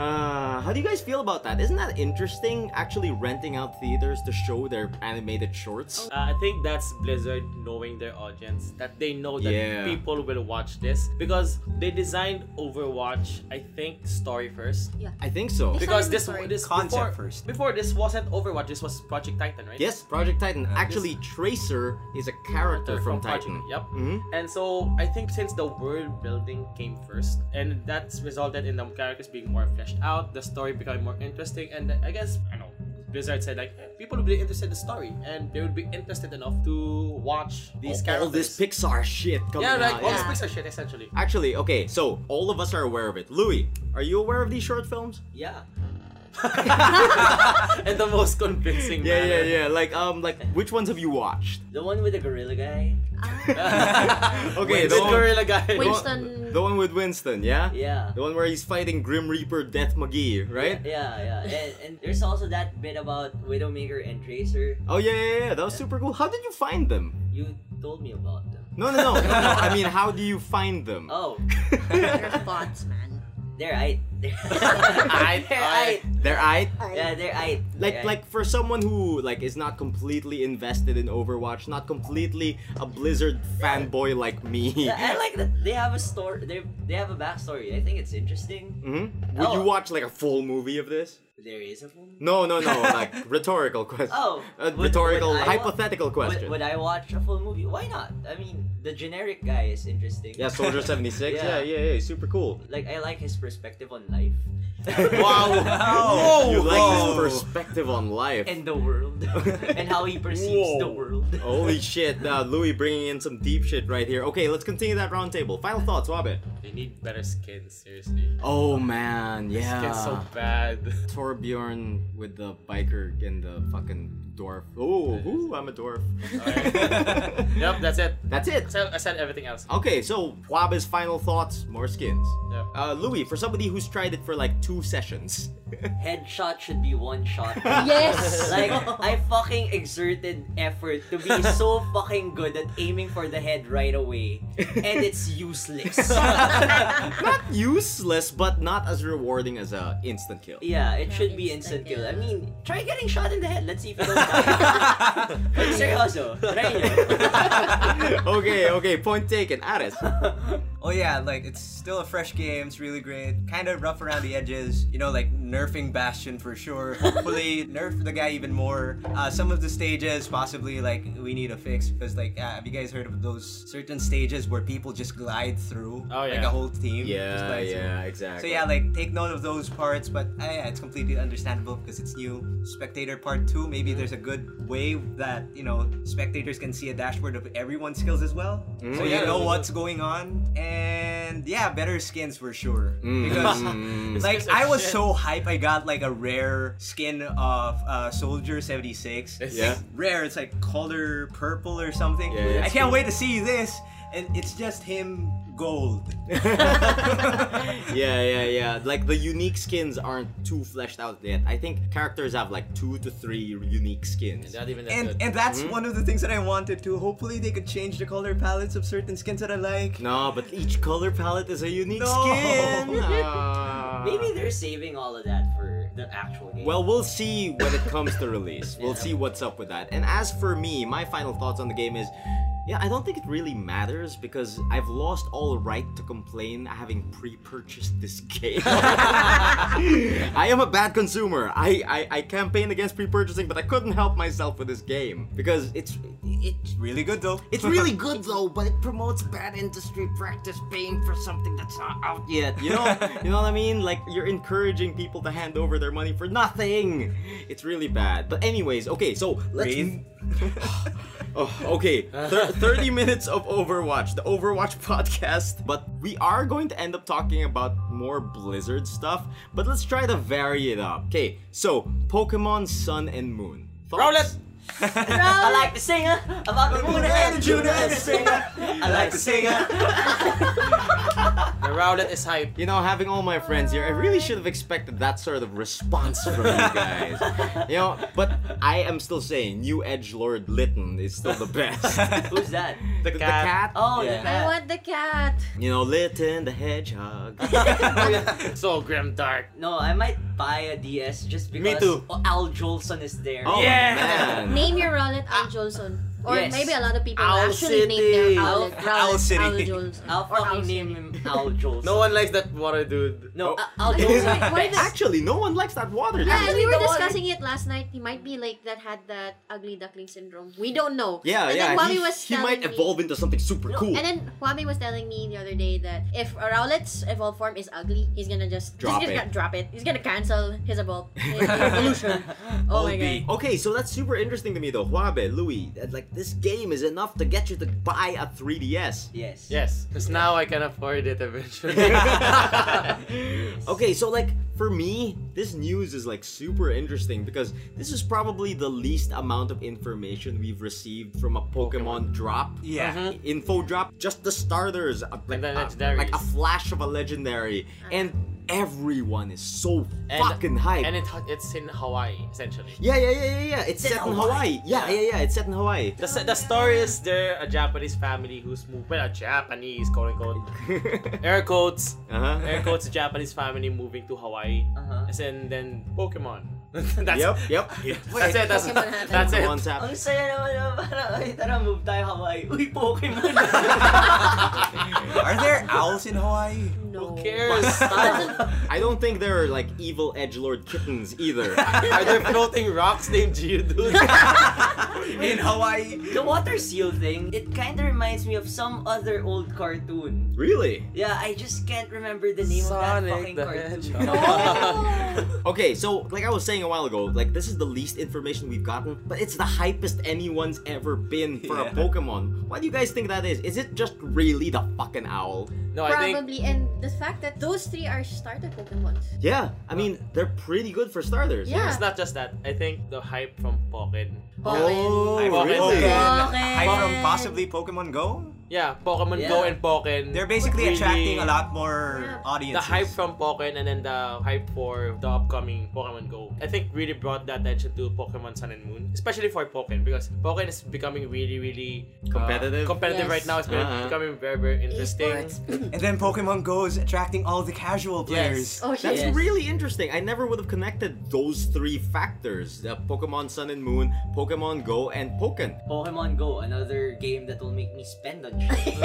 Uh, how do you guys feel about that? Isn't that interesting? Actually, renting out theaters to show their animated shorts? Oh. Uh, I think that's Blizzard knowing their audience that they know that Yeah. people will watch this because they designed Overwatch. I think story first I think so. It's because not even this story. this before, Concept first. Before this wasn't Overwatch. This was Project Titan, right? Yes, Project Titan. Actually, Tracer is a character from, Project- Titan. Yep. Mhm. And so I think since the world building came first, and that's resulted in the characters being more fleshed out, the story becoming more interesting, and I guess I know Blizzard said like eh, people would be interested in the story, and they would be interested enough to watch these all, characters. all this Pixar shit coming yeah, like out. all this yeah. Pixar shit essentially. Actually, okay, so all of us are aware of it. Louis, are you aware of these short films? Yeah. and the most convincing Yeah, yeah, manner. yeah. Like, um, like, which ones have you watched? The one with the gorilla guy. Okay, the the one, gorilla guy. Winston. the one with Winston, yeah? Yeah. The one where he's fighting Grim Reaper Death McGee, right? Yeah, yeah. And, and there's also that bit about Widowmaker and Tracer. Oh, yeah, yeah, yeah. That was super cool. How did you find them? You told me about them. No, no, no. no, no. I mean, how do you find them? Oh, Their Ah, thoughts, man. they're I. They're Aight, They're I. aight. They're I. Yeah, they're I. Like, like for someone who like is not completely invested in Overwatch, not completely a Blizzard fanboy like me. I like that they have a story. They they have a backstory. I think it's interesting. Mhm. Would you Oh. watch like a full movie of this? There is a film. No, no, no. Like rhetorical question. Oh, a would- rhetorical, would I wa- hypothetical question. Would, would I watch a full movie? Why not? I mean, the generic guy is interesting. Yeah, Soldier 76. yeah. yeah, Yeah. yeah, Super cool. Like I like his perspective on life Wow. Whoa, you whoa. like his perspective on life. and the world and how he perceives the world. Whoa. Holy shit, uh, Louis bringing in some deep shit right here. Okay, let's continue that roundtable. Final thoughts, Wabe. They need better skins, seriously. Oh man, yeah. Skins so bad. Torbjorn with the biker and the fucking dwarf. Oh, ooh, I'm a dwarf. Alright. Yep, that's it. That's it. So I said everything else. Okay, so Wabe's final thoughts, more skins. Yep. Uh, Louis, for somebody who's tried it for like two sessions. Headshot should be one shot. Yes. Like I fucking exerted effort to be so fucking good at aiming for the head right away, and it's useless. not useless, but not as rewarding as a instant kill. yeah, it Yeah, should be instant instant kill. I kill. mean, try getting shot in the head. Let's see if you don't die. But seryoso, try nyo. okay, okay, point taken. Aris. Oh yeah, like it's still a fresh game. It's really great. Kind of rough around the edges. You know, like nerfing Bastion for sure. Hopefully, nerf the guy even more. Uh, some of the stages possibly like we need a fix because like uh, have you guys heard of those certain stages where people just glide through? Oh, Like yeah. a whole team. just Yeah, glides through. yeah, So exactly. yeah, like take note of those parts, but uh, yeah, it's completely understandable because it's new. Spectator part two, Mm-hmm. maybe there's a good way that you know spectators can see a dashboard of everyone's skills as well, Mm, so you Yeah. know what's going on. And yeah, better skins for sure Mm. because. Like skins are I was shit. so hype, I got like a rare skin of uh, Soldier Seventy Six. Yeah. rare. It's like color purple or something. Yeah, yeah, I it's can't cool. wait to see this, and it's just him gold. yeah, yeah, yeah. Like the unique skins aren't too fleshed out yet. I think characters have like two to three unique skins. Not even that and good. and that's one of the things that I wanted to. Hopefully, they could change the color palettes of certain skins that I like. No, but each color palette is a unique No. skin. Maybe they're saving all of that for the actual game. Well, we'll see when it comes to release. We'll see what's up with that. And as for me, my final thoughts on the game is Yeah, I don't think it really matters because I've lost all right to complain having pre-purchased this game. I am a bad consumer. I, I I campaigned against pre-purchasing, but I couldn't help myself with this game because it's it's Really good though. it's really good though, but it promotes bad industry practice paying for something that's not out yet. You know, you know what I mean? Like you're encouraging people to hand over their money for nothing. It's really bad. But anyways, okay, so let's Breathe. Oh, okay. Thir- 30 minutes of Overwatch, the Overwatch podcast. But we are going to end up talking about more Blizzard stuff, but let's try to vary it up. Okay, so Pokemon Sun and Moon. Roll Thoughts? it! I like the singer about the moon and the June and the singer. I like the singer. The Rowlet is hype. You know, having all my friends here, I really should have expected that sort of response from you guys. you know, but I am still saying New Edge Lord Lytton is still the best. Who's that? the, cat. Oh, Yeah. I the cat. want the cat. You know, Lytton the Hedgehog. So grim dark. No, I might buy a DS just because Oh, too. Al Jolson is there. Oh, Yeah. man. Name your Rowlet Al Jolson. Or Yes. maybe a lot of people Owl actually name City. their Rowlet Owl Rowlet City. Al Jolson. I'll Or Owl fucking name City. him Al Jolson. No one likes that water dude. No, Oh. Al Jolson. Why the- Actually, no one likes that water. Yeah, and we Actually, were the one- discussing it last night. He might be like that had that ugly duckling syndrome. We don't know. Yeah, and yeah. Then Wami he, was he telling might me- evolve into something super cool. And then Wami was telling me the other day that if a Rowlet's evolved form is ugly, he's gonna just Drop he's it. gonna drop it. He's gonna cancel his evolve. his evolution. Oh my god. okay, so that's super interesting to me though. Huabe, Louis, that, like this game is enough to get you to buy a 3DS. Yes. Yes, because now I can afford it eventually. Okay, so like for me, this news is like super interesting because this is probably the least amount of information we've received from a Pokemon, drop. Yeah. Mhm. Info drop, just the starters, uh, like, And the uh, legendaries. like a flash of a legendary, and everyone is so And- fucking hyped. and it, it's in Hawaii, essentially. Yeah, yeah, yeah, yeah, yeah. It's set in Hawaii. Yeah, yeah, yeah. It's set in Hawaii. The, s- the story is there a Japanese family who's moved, well, a Japanese, quote unquote, air quotes, air uh-huh. quotes, Japanese family moving to Hawaii. Uh-huh. And then, then Pokemon. that's, Yep, yep. that's it, that's, Pokemon happened. that's it. One's Ang happening. saya naman na parang, ay, tara, move tayo Hawaii. Uy, Pokemon. Are there owls in Hawaii? No. Who cares? I don't think there are like evil edgelord kittens either. Are there floating rocks named Geodude? In Hawaii? the water seal thing, it kind of reminds me of some other old cartoon. really? Yeah, I just can't remember the name of that fucking cartoon. Okay, so like I was saying a while ago, like this is the least information we've gotten, but it's the hypest anyone's ever been for a Yeah. Pokemon. Why do you guys think that is? Is it just really the fucking owl? No, I think Probably, and the fact that those three are starter Pokemon. Yeah, I mean they're pretty good for starters. Yeah. it's not just that. I think the hype from Pokken. Oh, I'm Pokken. really? Pokken. Pokken. Hi from possibly Pokemon Go? Yeah, Pokemon Go Yeah. and Pokken. They're basically really- attracting a lot more Yeah. The audiences. hype from Pokken and then the hype for the upcoming Pokemon Go, I think really brought that attention to Pokemon Sun and Moon, especially for Pokken because Pokken is becoming really, really uh, Competitive? competitive Yes. right now. It's be- Uh-huh. becoming very, very interesting. Esports. And then Pokemon Go is attracting all the casual players. Oh That's shit. Yes. really interesting. I never would have connected those three factors: the Pokemon Sun and Moon, Pokemon Go, and Pokken. Pokemon Go, another game that will make me spend on shit.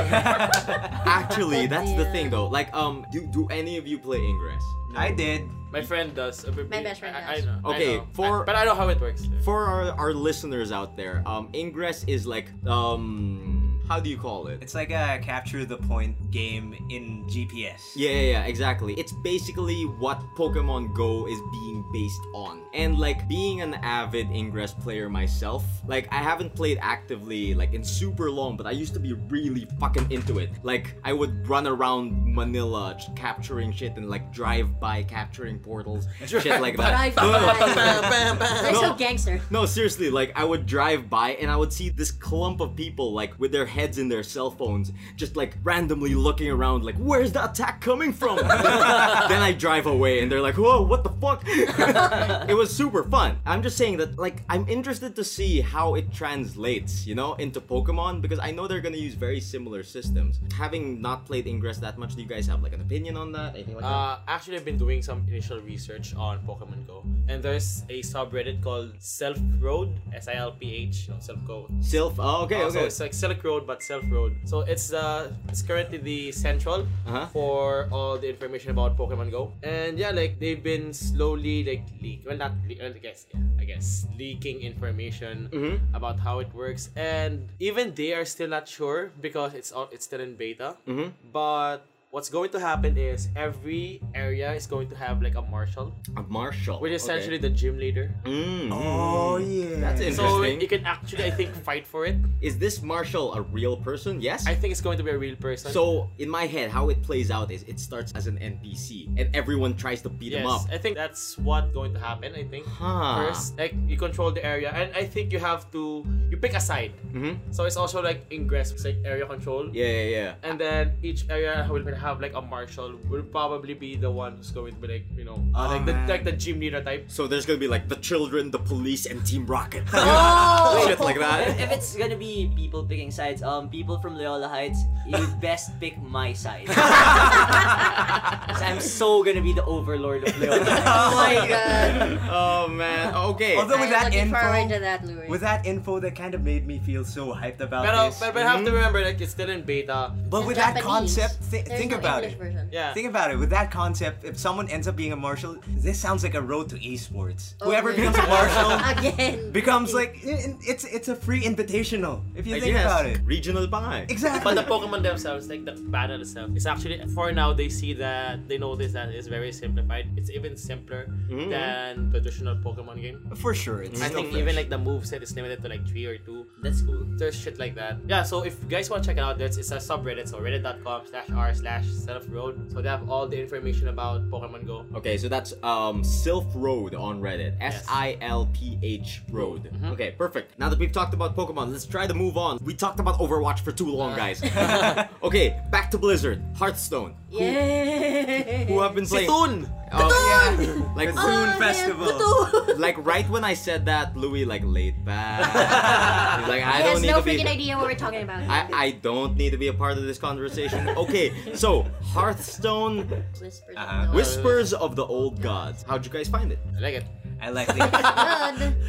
Actually, that's the Yeah. thing, though. Like, um, do, do any of you play Ingress? I did. My friend does. My best friend I, I does. know. I Okay, know. for- I- but I know how it works. For our, our listeners out there, um, Ingress is like, um, how do you call it? It's like a capture the point game in GPS. Yeah, yeah, yeah, exactly. It's basically what Pokemon Go is being based on. And like being an avid Ingress player myself, like I haven't played actively like in super long, but I used to be really fucking into it. Like I would run around Manila j- capturing shit and like drive by capturing portals, shit like that. Drive by. They're so No. gangster. No, seriously, like I would drive by and I would see this clump of people like with their heads in their cell phones, just like randomly looking around, like, where's the attack coming from? then I drive away and they're like, whoa, what the fuck? it was super fun. I'm just saying that like I'm interested to see how it translates, you know, into Pokemon because I know they're gonna use very similar systems. Having not played Ingress that much, do you guys have like an opinion on that? Anything like that? Uh, actually, I've been doing some initial research on Pokemon Go, and there's a subreddit called Self Road, S I L P H, you know, Self Go. Sylph? Oh, okay, Uh, so okay. it's like Silk Road Road but Self Road. So it's the it's currently the central Uh-huh. for all the information about Pokemon Go. And yeah, like they've been slowly like leak well not leak well, I guess yeah, I guess leaking information Mm-hmm. about how it works. And even they are still not sure because it's all it's still in beta. Mm-hmm. But What's going to happen is every area is going to have like a marshal, A marshal. which is essentially the gym leader. Mm. Oh yeah. That's So interesting. you can actually, I think, fight for it. Is this marshal a real person? Yes. I think it's going to be a real person. so in my head, how it plays out is it starts as an NPC and everyone tries to beat him up. Ah. I think that's what going to happen. I think Huh. first, like you control the area, and I think you have to you pick a side. Mhm. So it's also like ingress, it's like area control. Yeah, yeah, yeah. And then each area will have like a marshal. Will probably be the one who's going to be like you know uh, Oh, like the man. like the gym leader type. So there's gonna be like the children, the police, and Team Rocket. Oh! Shit like that. If it's gonna be people picking sides, um, people from Loyola Heights, you best pick my side. 'Cause I'm so gonna be the overlord of Loyola Heights. Oh my god. oh man. Okay. Although with I'm that looking forward to info, that, Louis. with that info, that kind of made me feel so hyped about Pero, this. but, but Mm-hmm. have to remember like it's still in beta. But with that concept, thi- think about it. Version. Yeah. Think about it. With that concept, if someone ends up being a marshal, this sounds like a road to esports. Oh Whoever my becomes a God. marshal Again. becomes like it's it's a free invitational. If you I think guess. about it, Regional pie. exactly. But the Pokemon themselves, like the battle itself, it's actually for now they see that they notice that it's very simplified. It's even simpler Mm-hmm. than traditional Pokemon game. For sure, it's I still think fresh. even like the move set is limited to like three or two. That's cool. There's shit like that. Yeah, so if you guys want to check it out, there's it's a subreddit, so reddit.com slash r slash self road. So they have all the information about Pokemon Go. Okay, so that's um Sylph Road on Reddit. Yes. S Mm-hmm. I L P H Road. Okay, perfect. Now that we've talked about Pokemon, let's try to move on. We talked about Overwatch for too long, guys. okay, back to Blizzard, Hearthstone. Yay. Who have been playing? Soon! Oh, yeah. Like It's Rune Festival. like right when I said that, Louis like laid back. He's like, I He don't has need no to be. freaking idea what we're talking about. I, I don't need to be a part of this conversation. Okay, so Hearthstone Whispers Uh, of the Whispers of the Old Gods. How'd you guys find it? I like it. I like the Blood.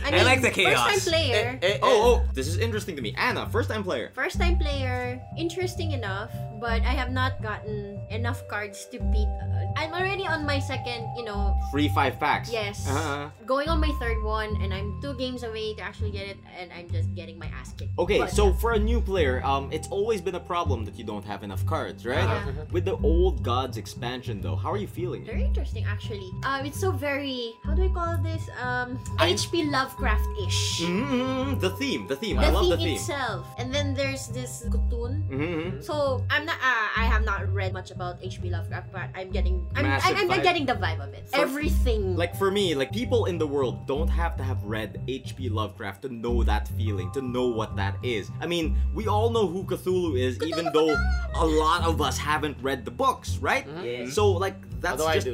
I, mean, like the chaos. First time player. Eh, eh, Oh, oh, this is interesting to me. Anna, first time player. First time player, interesting enough, but I have not gotten enough cards to beat. uh, I'm already on my second, you know, Free five packs. Yes. Uh-huh. Going on my third one, and I'm two games away to actually get it, and I'm just getting my ass kicked. Okay, But- so for a new player, um, it's always been a problem that you don't have enough cards, right? Uh-huh. Yeah. With the Old Gods expansion, though, how are you feeling? Very interesting, actually. Um, it's so very how do we call this? Um, H.P. Lovecraft-ish. mm The theme, the theme. The I love theme the theme. itself, and then there's this Gutun. Mm-hmm. So I'm not. Uh, I have not read much about H.P. Lovecraft, but I'm getting. I'm, Massive I'm, I'm, vibe. getting the vibe of it. For- Everything. Like for me, like people in the world don't have to have read H.P. Lovecraft to know that feeling, to know what that is. I mean, we all know who Cthulhu is, even though a lot of us haven't read the books, right? Yeah. So like that's Mm-hmm. Although I just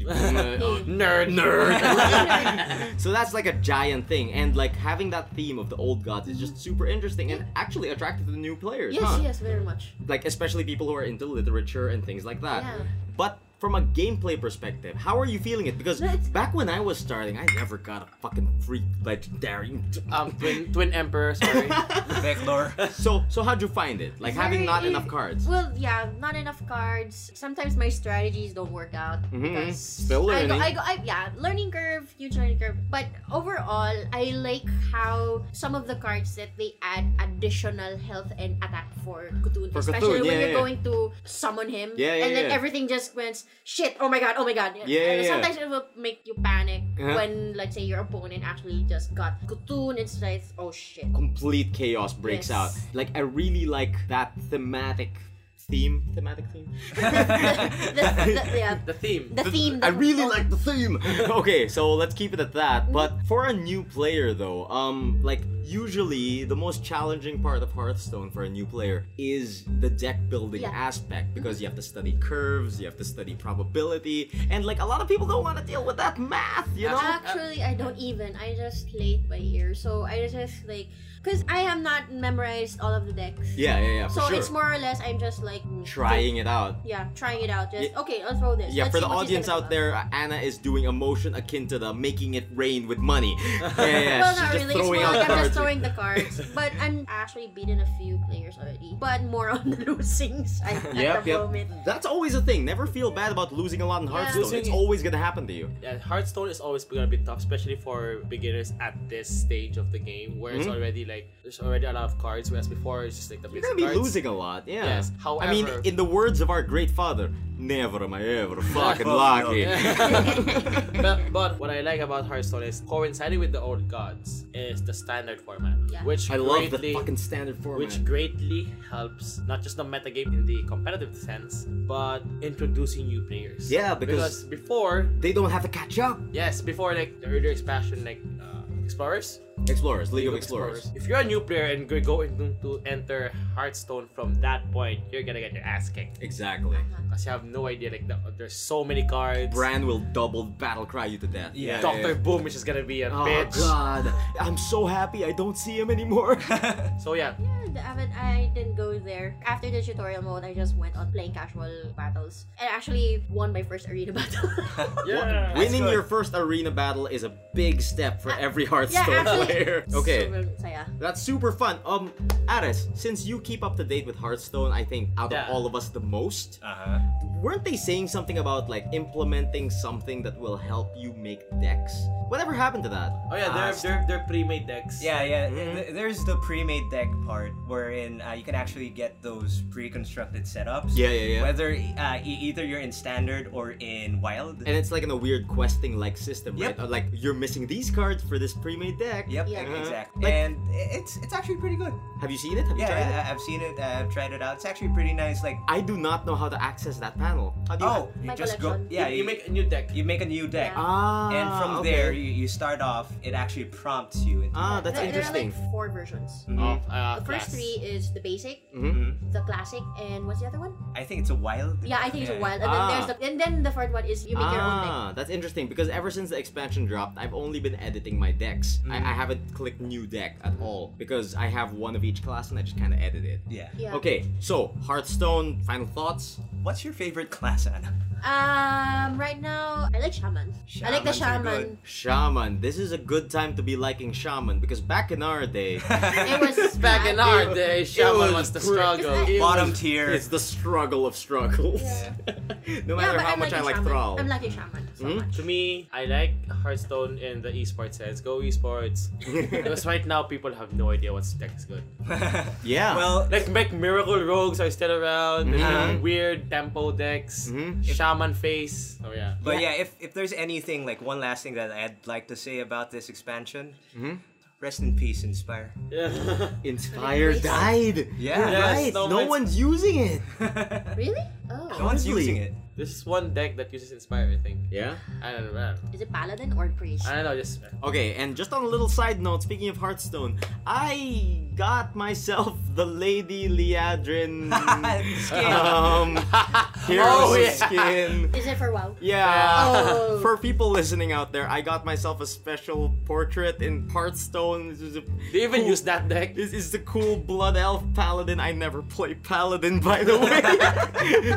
do. nerd nerd. so that's like a giant thing, and like having that theme of the old gods is just super interesting and actually attractive to the new players. yes, huh? yes, very much. like especially people who are into literature and things like that. Yeah. But from a gameplay perspective, how are you feeling it? Because That's- back when I was starting, I never got a fucking freak legendary. Um, twin, twin Emperor, sorry. Vector. so so how'd you find it? Like having Very- e- not enough cards. Well, yeah, not enough cards. Sometimes my strategies don't work out Mhm. because Still I go, learning. I go, I, yeah, learning curve, huge learning curve. But overall, I like how some of the cards that they add additional health and attack for Kutun, For Khotun, especially when yeah, you're yeah. going to summon him, Yeah, yeah, and then yeah. everything just went shit. Oh my god! Oh my god! Yeah, And yeah. Sometimes it will make you panic Uh-huh. when, let's say, your opponent actually just got Kutun. It's like, oh shit. Complete chaos breaks Yes. out. Like I really like that thematic theme. Thematic theme. the, the- yeah, the theme. the theme. I that- really like the theme. okay, so let's keep it at that. But for a new player though, um like usually the most challenging part of Hearthstone for a new player is the deck building Yeah. aspect because you have to study curves, you have to study probability, and like a lot of people don't want to deal with that math, you know? Actually, I don't even. I just play it by ear. So I just like, cause I have not memorized all of the decks. yeah, yeah, yeah. For So sure. Mm, it's more or less I'm just like like trying it out. Yeah, trying it out. Just Yeah. okay, let's roll this. Yeah, Let's for see the what she's audience gonna out do. there, Anna is doing a motion akin to the making it rain with money. Yeah, yeah, well, she's not just really. It's throwing more out like I'm cards. just throwing the cards. But I'm actually beaten a few players already. But more on the losing side at Yep, the yep. moment. That's always a thing. Never feel bad about losing a lot in Yeah. Hearthstone. Losing- It's always gonna happen to you. Yeah, Hearthstone is always gonna be tough, especially for beginners at this stage of the game, where it's Mhm. already like there's already a lot of cards, whereas before it's just like the You're basic gonna be cards. losing a lot. Yeah. Yes. I mean, However- in the words of our great father, never am I ever Oh, fucking lucky. but, but what I like about Hearthstone is coinciding with the old gods is the standard format, Yeah. which I love the greatly, fucking standard format. which greatly helps not just the metagame in the competitive sense, but introducing new players. Yeah, because- before they don't have to catch up. yes, before like the earlier expansion, like uh, explorers, Explorers, League, of Explorers. If you're a new player and you're going to enter Hearthstone from that point, you're gonna get your ass kicked. Exactly. Because you have no idea, like, the, there's so many cards. Bran will double battle cry you to death. Yeah, Dr. Boom is just gonna be a Oh bitch. god. I'm so happy I don't see him anymore. So, yeah. Yeah, but I didn't go there. After the tutorial mode, I just went on playing casual battles. I actually won my first arena battle. Yeah. Winning good. your first arena battle is a big step for every Hearthstone yeah, actually- player. Okay, Sobrang saya. that's super fun. Um, Aris, since you keep up to date with Hearthstone, I think out Yeah. of all of us the most, Uh-huh. weren't they saying something about like implementing something that will help you make decks? Whatever happened to that? Oh, yeah, Ah, they're, st- they're, they're pre-made decks. Yeah, yeah. Mhm. th- There's the pre-made deck part wherein uh, you can actually get those pre-constructed setups. Yeah, yeah, yeah. Whether uh, e- either you're in standard or in wild. And it's like in a weird questing like system, Yep. right? Uh, Like you're missing these cards for this pre-made deck. yep, Yeah. e- Mm-hmm. exactly. Like- and i- it's it's actually pretty good. Have you seen it? Have you Yeah, tried it? I, I've seen it. uh, I've tried it out. It's actually pretty nice. Like I do not know how to access that panel. How do you oh, you My just go. collection. Yeah, You make a new deck. you make a new deck. Yeah. Ah, And from okay. there, you, you start off. It actually prompts you. Into Ah, that's there, interesting. Ah, There are like four versions. Mhm. Mm. Of, uh, The first class. three is the basic, Mm-hmm. Mhm. the classic, and what's the other one? I think it's a wild. Yeah, I think it's a wild. And Ah. then there's the and then the fourth one is you make your own deck. Ah, that's interesting because ever since the expansion dropped, I've only been editing my decks. Mm. I, I haven't clicked new deck at all because I have one of each class and I just kind of edit it. Yeah. Yeah. Okay, so Hearthstone, final thoughts? What's your favorite class, Anna? Um, right now I like shaman. I like the Shamans are shaman. Shaman. This is a good time to be liking Shaman because back in our day, It was Back in bad. our day, Shaman was was the great. struggle. It's like- Bottom tier. it's the struggle of struggles. no Yeah, matter but how I'm much I liking like shaman. Thrall. I'm liking shaman so Hmm? much. To me, I like Hearthstone in the esports sense. Go esports. because right now, people have no idea what's deck is good. yeah. well, Like, make Miracle Rogues are still around. Mm-hmm. They have Mhm. Weird tempo decks. Mhm. Shaman Face. Oh, yeah. but yeah, if, if there's anything, like one last thing that I'd like to say about this expansion, Mhm. rest in peace, Inspire. Yeah. Inspire died. Yeah. You're Yes, right. no No one's one's- using it. no Really? Oh, one's Honestly. using it. This is one deck that uses Inspire, I think. Yeah. I don't know. Oh, is it paladin or priest? I don't know, just. Okay, and just on a little side note, speaking of Hearthstone, I got myself the Lady Liadrin Skin. um hero Oh, yeah. skin. Is it for wow? Yeah. Oh. For people listening out there, I got myself a special portrait in Hearthstone. This is a, They even use that deck. this is the cool blood elf paladin. I never play paladin, by the way.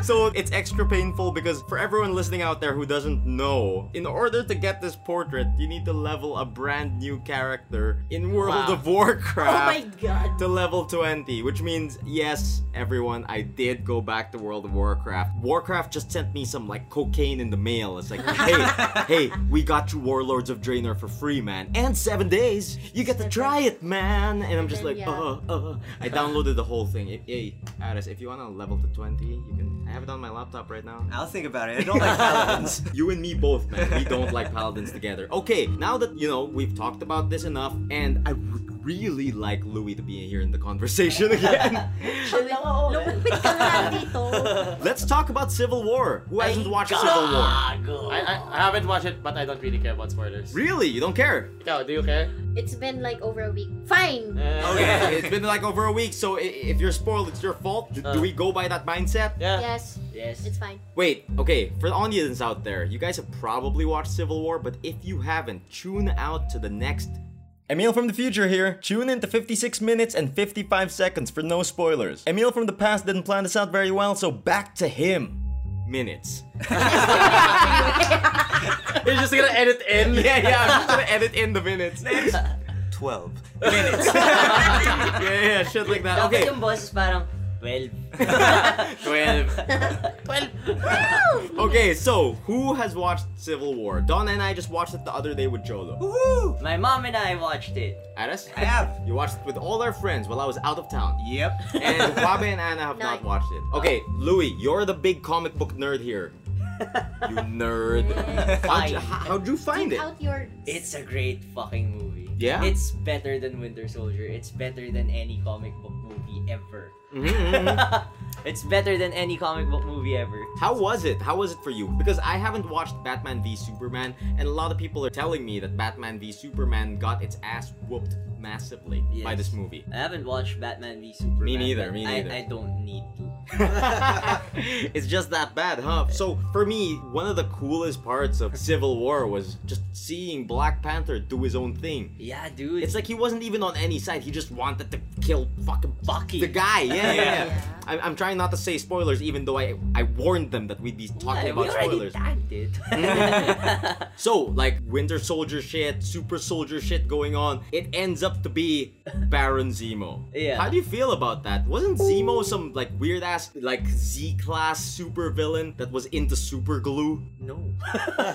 so it's extra painful because for everyone listening out there who doesn't know, in order to get this portrait, you need to level a brand new character in World Wow. of Oh my Warcraft. god. to level 20, which means, yes, everyone, I did go back to World of Warcraft. Warcraft just sent me some like cocaine in the mail. It's like, hey, hey, we got you Warlords of Draenor for free, man. And seven days, you get to try it, man. And I'm just like, Then, yeah. uh, uh. I downloaded the whole thing. If, hey, Aris, if you want to level to 20, you can. I have it on my laptop right now. I'll think about it. I don't like paladins. You and me both, man. We don't like paladins together. Okay, now that you know we've talked about this enough, and I would really like Louis to be here in the conversation again. Chill lang ako, eh. Lumapit ka nga dito. Let's talk about Civil War. Who hasn't watched Civil War? Gago. I, I, I haven't watched it, but I don't really care about spoilers. Really, you don't care? Ikaw, do you care? It's been like over a week. Fine. Eh, Okay, it's been like over a week, so i- if you're spoiled, it's your fault. Do, do Uh. we go by that mindset? Yeah. Yes, Yes. it's fine. Wait, okay, for the audience out there, you guys have probably watched Civil War, but if you haven't, tune out to the next Emil from the future here. Tune in to 56 minutes and 55 seconds for no spoilers. Emil from the past didn't plan this out very well, so back to him. Minutes. You're just gonna edit in. Yeah, yeah, I'm just gonna edit in the minutes. yeah, 12. yeah, shit like that. Dapat Ah, Okay. yung boses parang, 12. 12. 12. okay, so who has watched Civil War? Donna and I just watched it the other day with Jolo. Woo! My mom and I watched it. Aris? I have. You watched it with all our friends while I was out of town. Yep. And Wabe and Anna have not Nice. watched it. Okay, Louis, you're the big comic book nerd here. You nerd. How'd you, Fine. how- how'd you find it? Out your It's a great fucking movie. Yeah? It's better than Winter Soldier. It's better than any comic book movie ever. Mm-hmm, it's better than any comic book movie ever. How was it? How was it for you? Because I haven't watched Batman v Superman, and a lot of people are telling me that Batman v Superman got its ass whooped massively by Yes. this movie. I haven't watched Batman v Superman. Me neither, but me I- neither. I, don't need to. it's just that bad, huh? So for me, one of the coolest parts of Civil War was just seeing Black Panther do his own thing. Yeah, dude. It's like he wasn't even on any side. He just wanted to kill fucking Bucky. the guy. Yeah, yeah. yeah. Yeah. I'm, I'm trying not to say spoilers, even though I I warned them that we'd be talking yeah, we about already spoilers. tagged it. So, like Winter Soldier shit, Super Soldier shit going on, it ends up to be Baron Zemo. Yeah. How do you feel about that? Wasn't Zemo some like weird ass like Z class super villain that was into super glue? no.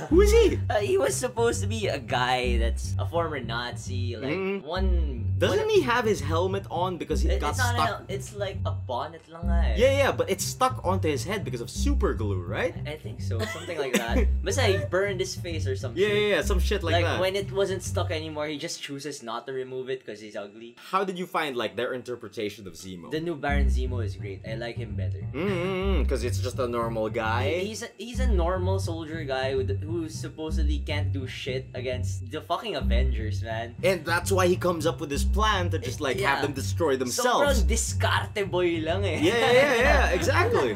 Who is he? Uh, he was supposed to be a guy that's a former Nazi, like Mm. one. Doesn't one- he have his helmet on because he It- got it's not stuck? an- it's like a bonnet lang nga eh. Yeah, yeah, but it's stuck onto his head because of super glue, right? I think so, something like that. Basta he burned his face or something. Yeah, yeah, yeah, some shit like, Like, that. when it wasn't stuck anymore, he just chooses not to remove it because he's ugly. How did you find like their interpretation of Zemo? Mm, The new Baron Zemo is great. I like him better. Because it's just a normal guy. He's a, he's a normal soldier guy who, who supposedly can't do shit against the fucking Avengers, man. And that's why he comes up with this plan to just like have Yeah. them destroy Sobrang themselves. diskarte boy lang eh. Yeah, yeah, yeah, yeah, exactly.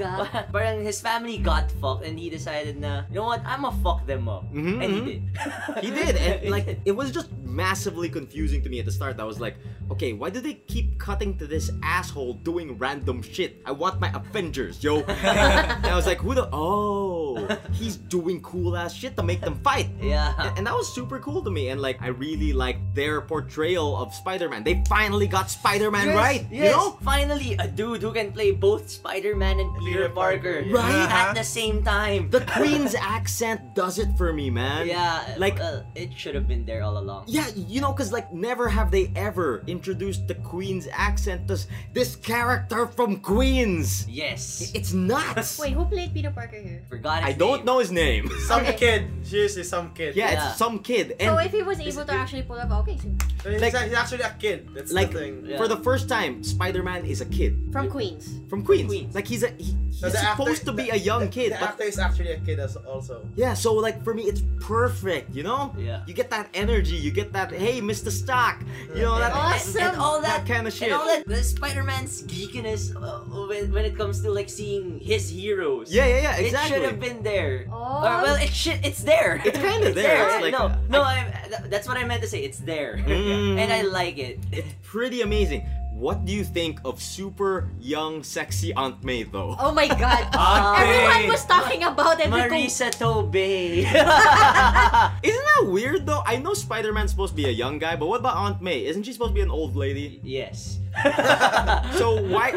Parang his family got fucked and he decided na, you know what, I'ma fuck them up. Mhm, and he mhm. did. He did, and like it was just massively confusing to me at the start. I was like, okay, why do they keep cutting to this asshole doing random shit? I want my Avengers, yo. and I was like, who the? Oh, he's doing cool ass shit to make them fight. Yeah. And, and that was super cool to me. And like, I really liked their portrayal of Spider-Man. They finally got Spider-Man Yes, right. You yes. know? Finally, a dude who can play both Spider-Man and Peter, Peter Parker, Parker, yeah. Right? at the same time. Uh-huh. The Queen's accent does it for me, man. yeah, Like, like uh, it should have been there all along. yeah, you know, because, like, never have they ever introduced the Queen's accent as this character from Queens. Yes. It's nuts. Wait, who played Peter Parker here? Forgot I his don't name. know his name. Some Okay. kid. Seriously, some kid. yeah, Yeah. it's some kid. And, So if he was able to actually pull off, okay, so I mean, Like- he's, he's actually a kid. That's like, the thing. Yeah. for the first time, Spider Man is a kid from Queens. from Queens. Queens. Like, he's a he, he's So the actor- supposed to be the- a young the- kid, The but actor is actually a kid as also. Yeah, so like for me, it's perfect, you know? Yeah. You get that energy, you get that, hey, Mr. Stark, you know, that, Awesome. and, and all That that, kind of shit. And all that the Spider-Man's geekiness uh, when, when it comes to like seeing his heroes. Yeah, yeah, yeah, It should exactly. have been there. Oh. Or, well, it should. It's there. It's kinda there. It's like- no, no. I, th- that's what I meant to say. It's there, Mm. and I like it. Pretty amazing. What do you think of super young, sexy Aunt May, though? Oh my god. Ah. Everyone was talking about it. because- Marisa Tomei. Isn't that weird, though? I know Spider Man's supposed to be a young guy, but what about Aunt May? Isn't she supposed to be an old lady? yes. So why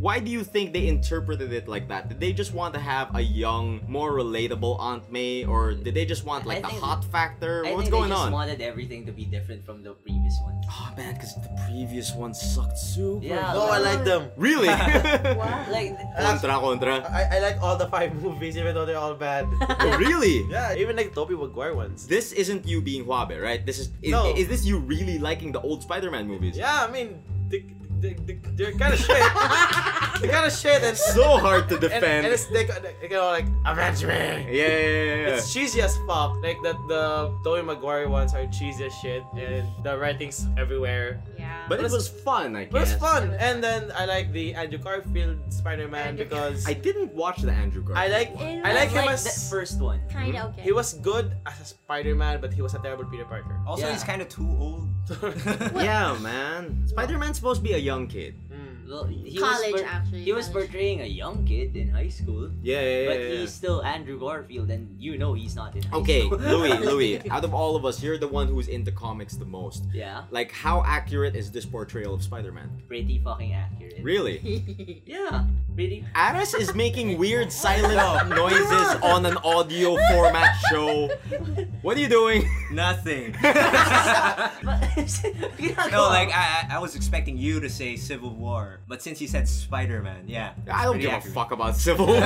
why do you think they interpreted it like that? Did they just want to have a young, more relatable Aunt May, or did they just want like I the think- hot factor? I What's think going they on? just wanted everything to be different from the previous one. Oh man, because the previous one sucked super. Yeah. Oh, I like them. Really? Wow. Like uh, contra, contra. I, I like all the five movies, even though they're all bad. Oh, really? yeah, even like Toby Maguire ones. This isn't you being Huabe, right? This is is, No. is this you really liking the old Spider-Man movies? Yeah, I mean, they, they, they, they're kind of shit. they're kind of shit and So hard to and, defend. and it's they, they go like avenge me. yeah, yeah, yeah, yeah. It's cheesy as fuck. Like the the Tobey Maguire ones are cheesy as shit, and the writing's everywhere. Yeah. Yeah. But it But was fun, I But guess. it's fun. And then I like the Andrew Garfield Spider-Man Andrew- because I didn't watch the Andrew I Garfield. like It I like was him like as the first one. kind of okay. he was good as a Spider-Man, but he was a terrible Peter Parker. Also, Yeah. he's kind of too old. Yeah, man. Spider Man's supposed to be a young kid. Mm. Well, he College, was actually, He was college. portraying a young kid in high school, Yeah, yeah, yeah. but yeah. he's still Andrew Garfield, and you know he's not in high Okay, school. Louis, Louis, out of all of us, you're the one who's into comics the most. yeah, Like, how accurate is this portrayal of Spider Man? pretty fucking accurate. Really? Yeah, pretty. Aris is making weird silent noises on an audio format show. What are you doing? Nothing. But, No, like I, I- I was expecting you to say Civil War, but since you said Spider Man, yeah. I don't pretty give a accurate. fuck about Civil War.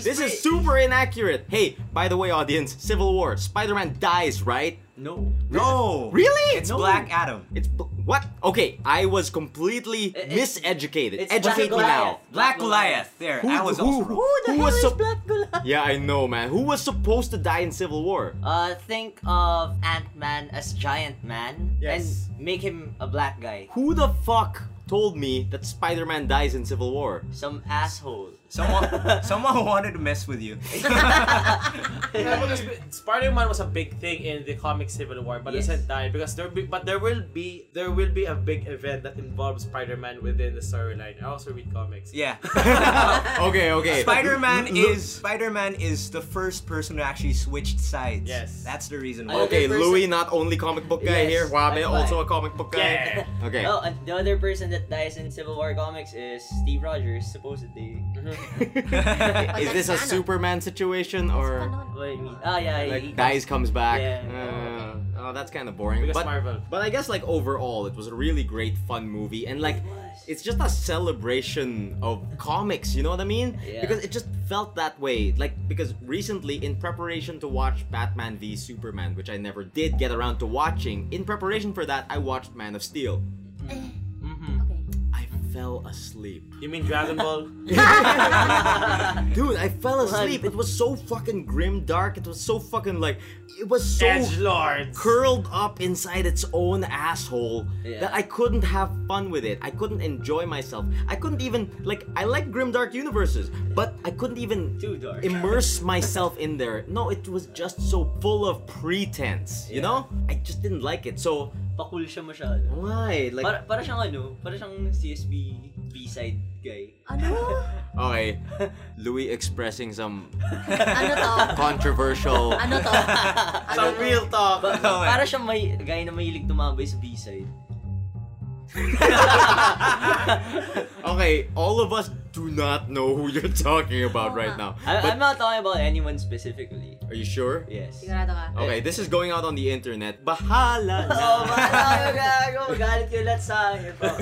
this is super inaccurate. Hey, by the way, audience, Civil War, Spider Man dies, right? no. No, Really? It's Black Adam. It's bl- what? Okay, I was completely It- it's- miseducated. It's Educate me now. Goliath. Black Goliath. There, Who, I was who, also who, wrong. who was sup- Black Goliath? Yeah, I know, man. Who was supposed to die in Civil War? Uh, think of Ant Man as giant man and make him a black guy. Who the fuck told me that Spider-Man dies in Civil War? Some asshole. Someone, someone wanted to mess with you. Yeah, because Spider-Man was a big thing in the comic Civil War, but Yes. it doesn't die because there be, but there will be there will be a big event that involves Spider-Man within the storyline. I also read comics. yeah. Uh, okay, okay. Spider Man is Spider Man is the first person who actually switched sides. Yes. That's the reason why. Okay, Other person- Louis, not only comic book guy Yes, here. Wabe, that's also why. a comic book guy. Yeah. Okay. Oh, and the other person that dies in Civil War comics is Steve Rogers, supposedly. is this a Thanos. Superman situation or What do you mean? Ah, yeah, he- like dies comes back? Yeah. Uh, oh, that's kind of boring. Because But Marvel. but I guess like overall, it was a really great, fun movie, and like. It was. It's just a celebration of comics, you know what I mean? Yeah. Because it just felt that way. Like because recently in preparation to watch Batman v Superman, which I never did get around to watching, in preparation for that I watched Man of Steel. Mm-hmm. okay. I fell asleep. You mean Dragon Ball? Dude, I fell asleep. It was so fucking grim dark. It was so fucking like it was so Edge Lords. curled up inside its own asshole Yeah. that I couldn't have fun with it. I couldn't enjoy myself. I couldn't even like I like grim dark universes, but I couldn't even Too dark. immerse myself in there. No, it was just so full of pretense, you Yeah. know? I just didn't like it. So Pakul siya masyado. why? Like Para, para siyang ano, para siyang CSB B-side guy. Ano? okay, Louis expressing some ano to? controversial Ano to? Some real talk. Ba- Oh, para siyang may guy na mahilig tumambay sa B-side. Okay, all of us do not know who you're talking about right now. I, But I'm not talking about anyone specifically. are you sure? Yes. Sigurado ka? Okay, this is going out on the internet. Bahala na. Oh, mga gago, galit kayo lahat sa akin. bro.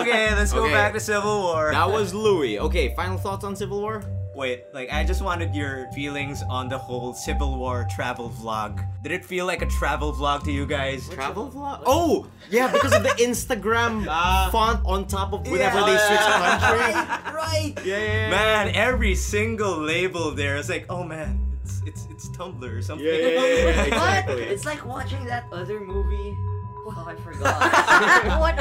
okay, let's go Okay. back to Civil War. That was Louis. Okay, final thoughts on Civil War? Wait, like I just wanted your feelings on the whole Civil War travel vlog. Did it feel like a travel vlog to you guys? Travel vlog? Oh, yeah, because of the Instagram font on top of whenever Yeah. they switch country. right. Ah. Yeah, yeah, yeah. Man, every single label there is like, oh man, it's it's it's Tumblr or something. Yeah, yeah, yeah, yeah, exactly. It's like watching that other movie. Oh, I forgot. What?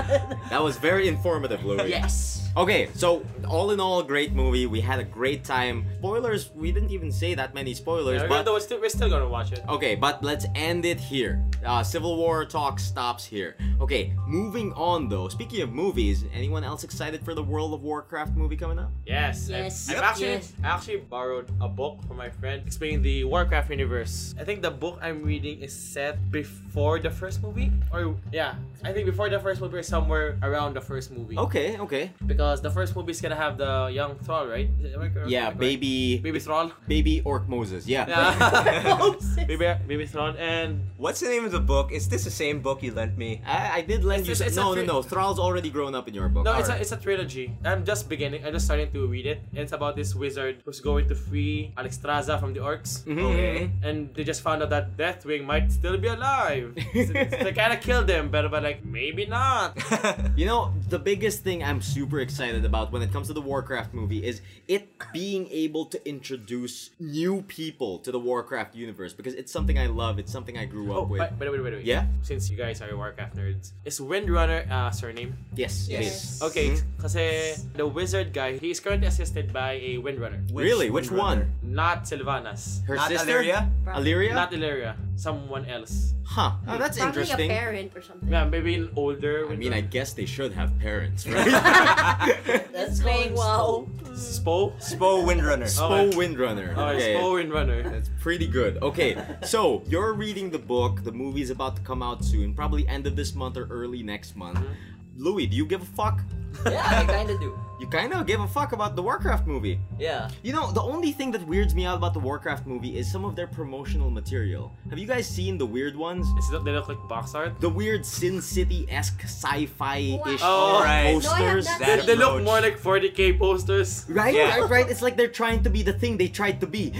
That was very informative, Louis. yes. Okay, so all in all, great movie. We had a great time. Spoilers, we didn't even say that many spoilers, Yeah, but we're, still, we're still gonna watch it. Okay, but let's end it here. Uh, Civil War talk stops here. Okay, moving on though. Speaking of movies, anyone else excited for the World of Warcraft movie coming up? Yes. I- Yes. I've Yep. actually Yes. I actually borrowed a book from my friend explaining the Warcraft universe. I think the book I'm reading is set before the first movie, or yeah, I think before the first movie or somewhere around the first movie. Okay, okay. Because the first movie is gonna have the young Thrall, right? Is it right? Yeah, Right? baby, Baby Thrall. baby Orc Moses. Yeah. Yeah. Moses. baby, baby Thrall and What's the name of the book? Is this the same book you lent me? I, I did lend It's you. just- Some, it's a no, no, tri- no. Thrall's already grown up in your book. No, it's a, Alright. it's a trilogy. I'm just beginning. I'm just starting to read it. It's about this wizard who's going to free Alexstrasza from the orcs. Mhm. And they just found out that Deathwing might still be alive. so, they kind of killed him, but, but like, maybe not. You know, the biggest thing I'm super excited about when it comes to the Warcraft movie is it being able to introduce new people to the Warcraft universe because it's something I love. It's something I grew Oh, up with. wait, wait, wait, wait, wait. Yeah? Since you guys are Warcraft nerds, is Windrunner uh, surname? Yes, it Yes. is. Okay, Mhm. kasi the wizard guy, he is currently assisted by a Windrunner. Really? Which one? Not Sylvanas. Her Not sister? Illyria? Illyria? Not Illyria. Someone else. huh. Oh, that's Probably a interesting. parent or something. Yeah, maybe an older. I mean, I Windrunner. guess they should have parents, right? That's Playing going WoW. Spo? Spo Windrunner. Spo Windrunner. Okay, Spo Windrunner. That's pretty good. Okay, so you're reading the book. The movie's about to come out soon, probably end of this month or early next month. Louis, do you give a fuck? yeah, I kinda do. You kind of give a fuck about the Warcraft movie. Yeah. You know, the only thing that weirds me out about the Warcraft movie is some of their promotional material. Have you guys seen the weird ones? Is it, they look like box art? The weird Sin City esque sci fi ish Wow. Oh, right. No, I have posters. not That seen They it. look Ouch. more like 40k posters. Right? Yeah. right? Right? It's like they're trying to be the thing they tried to be.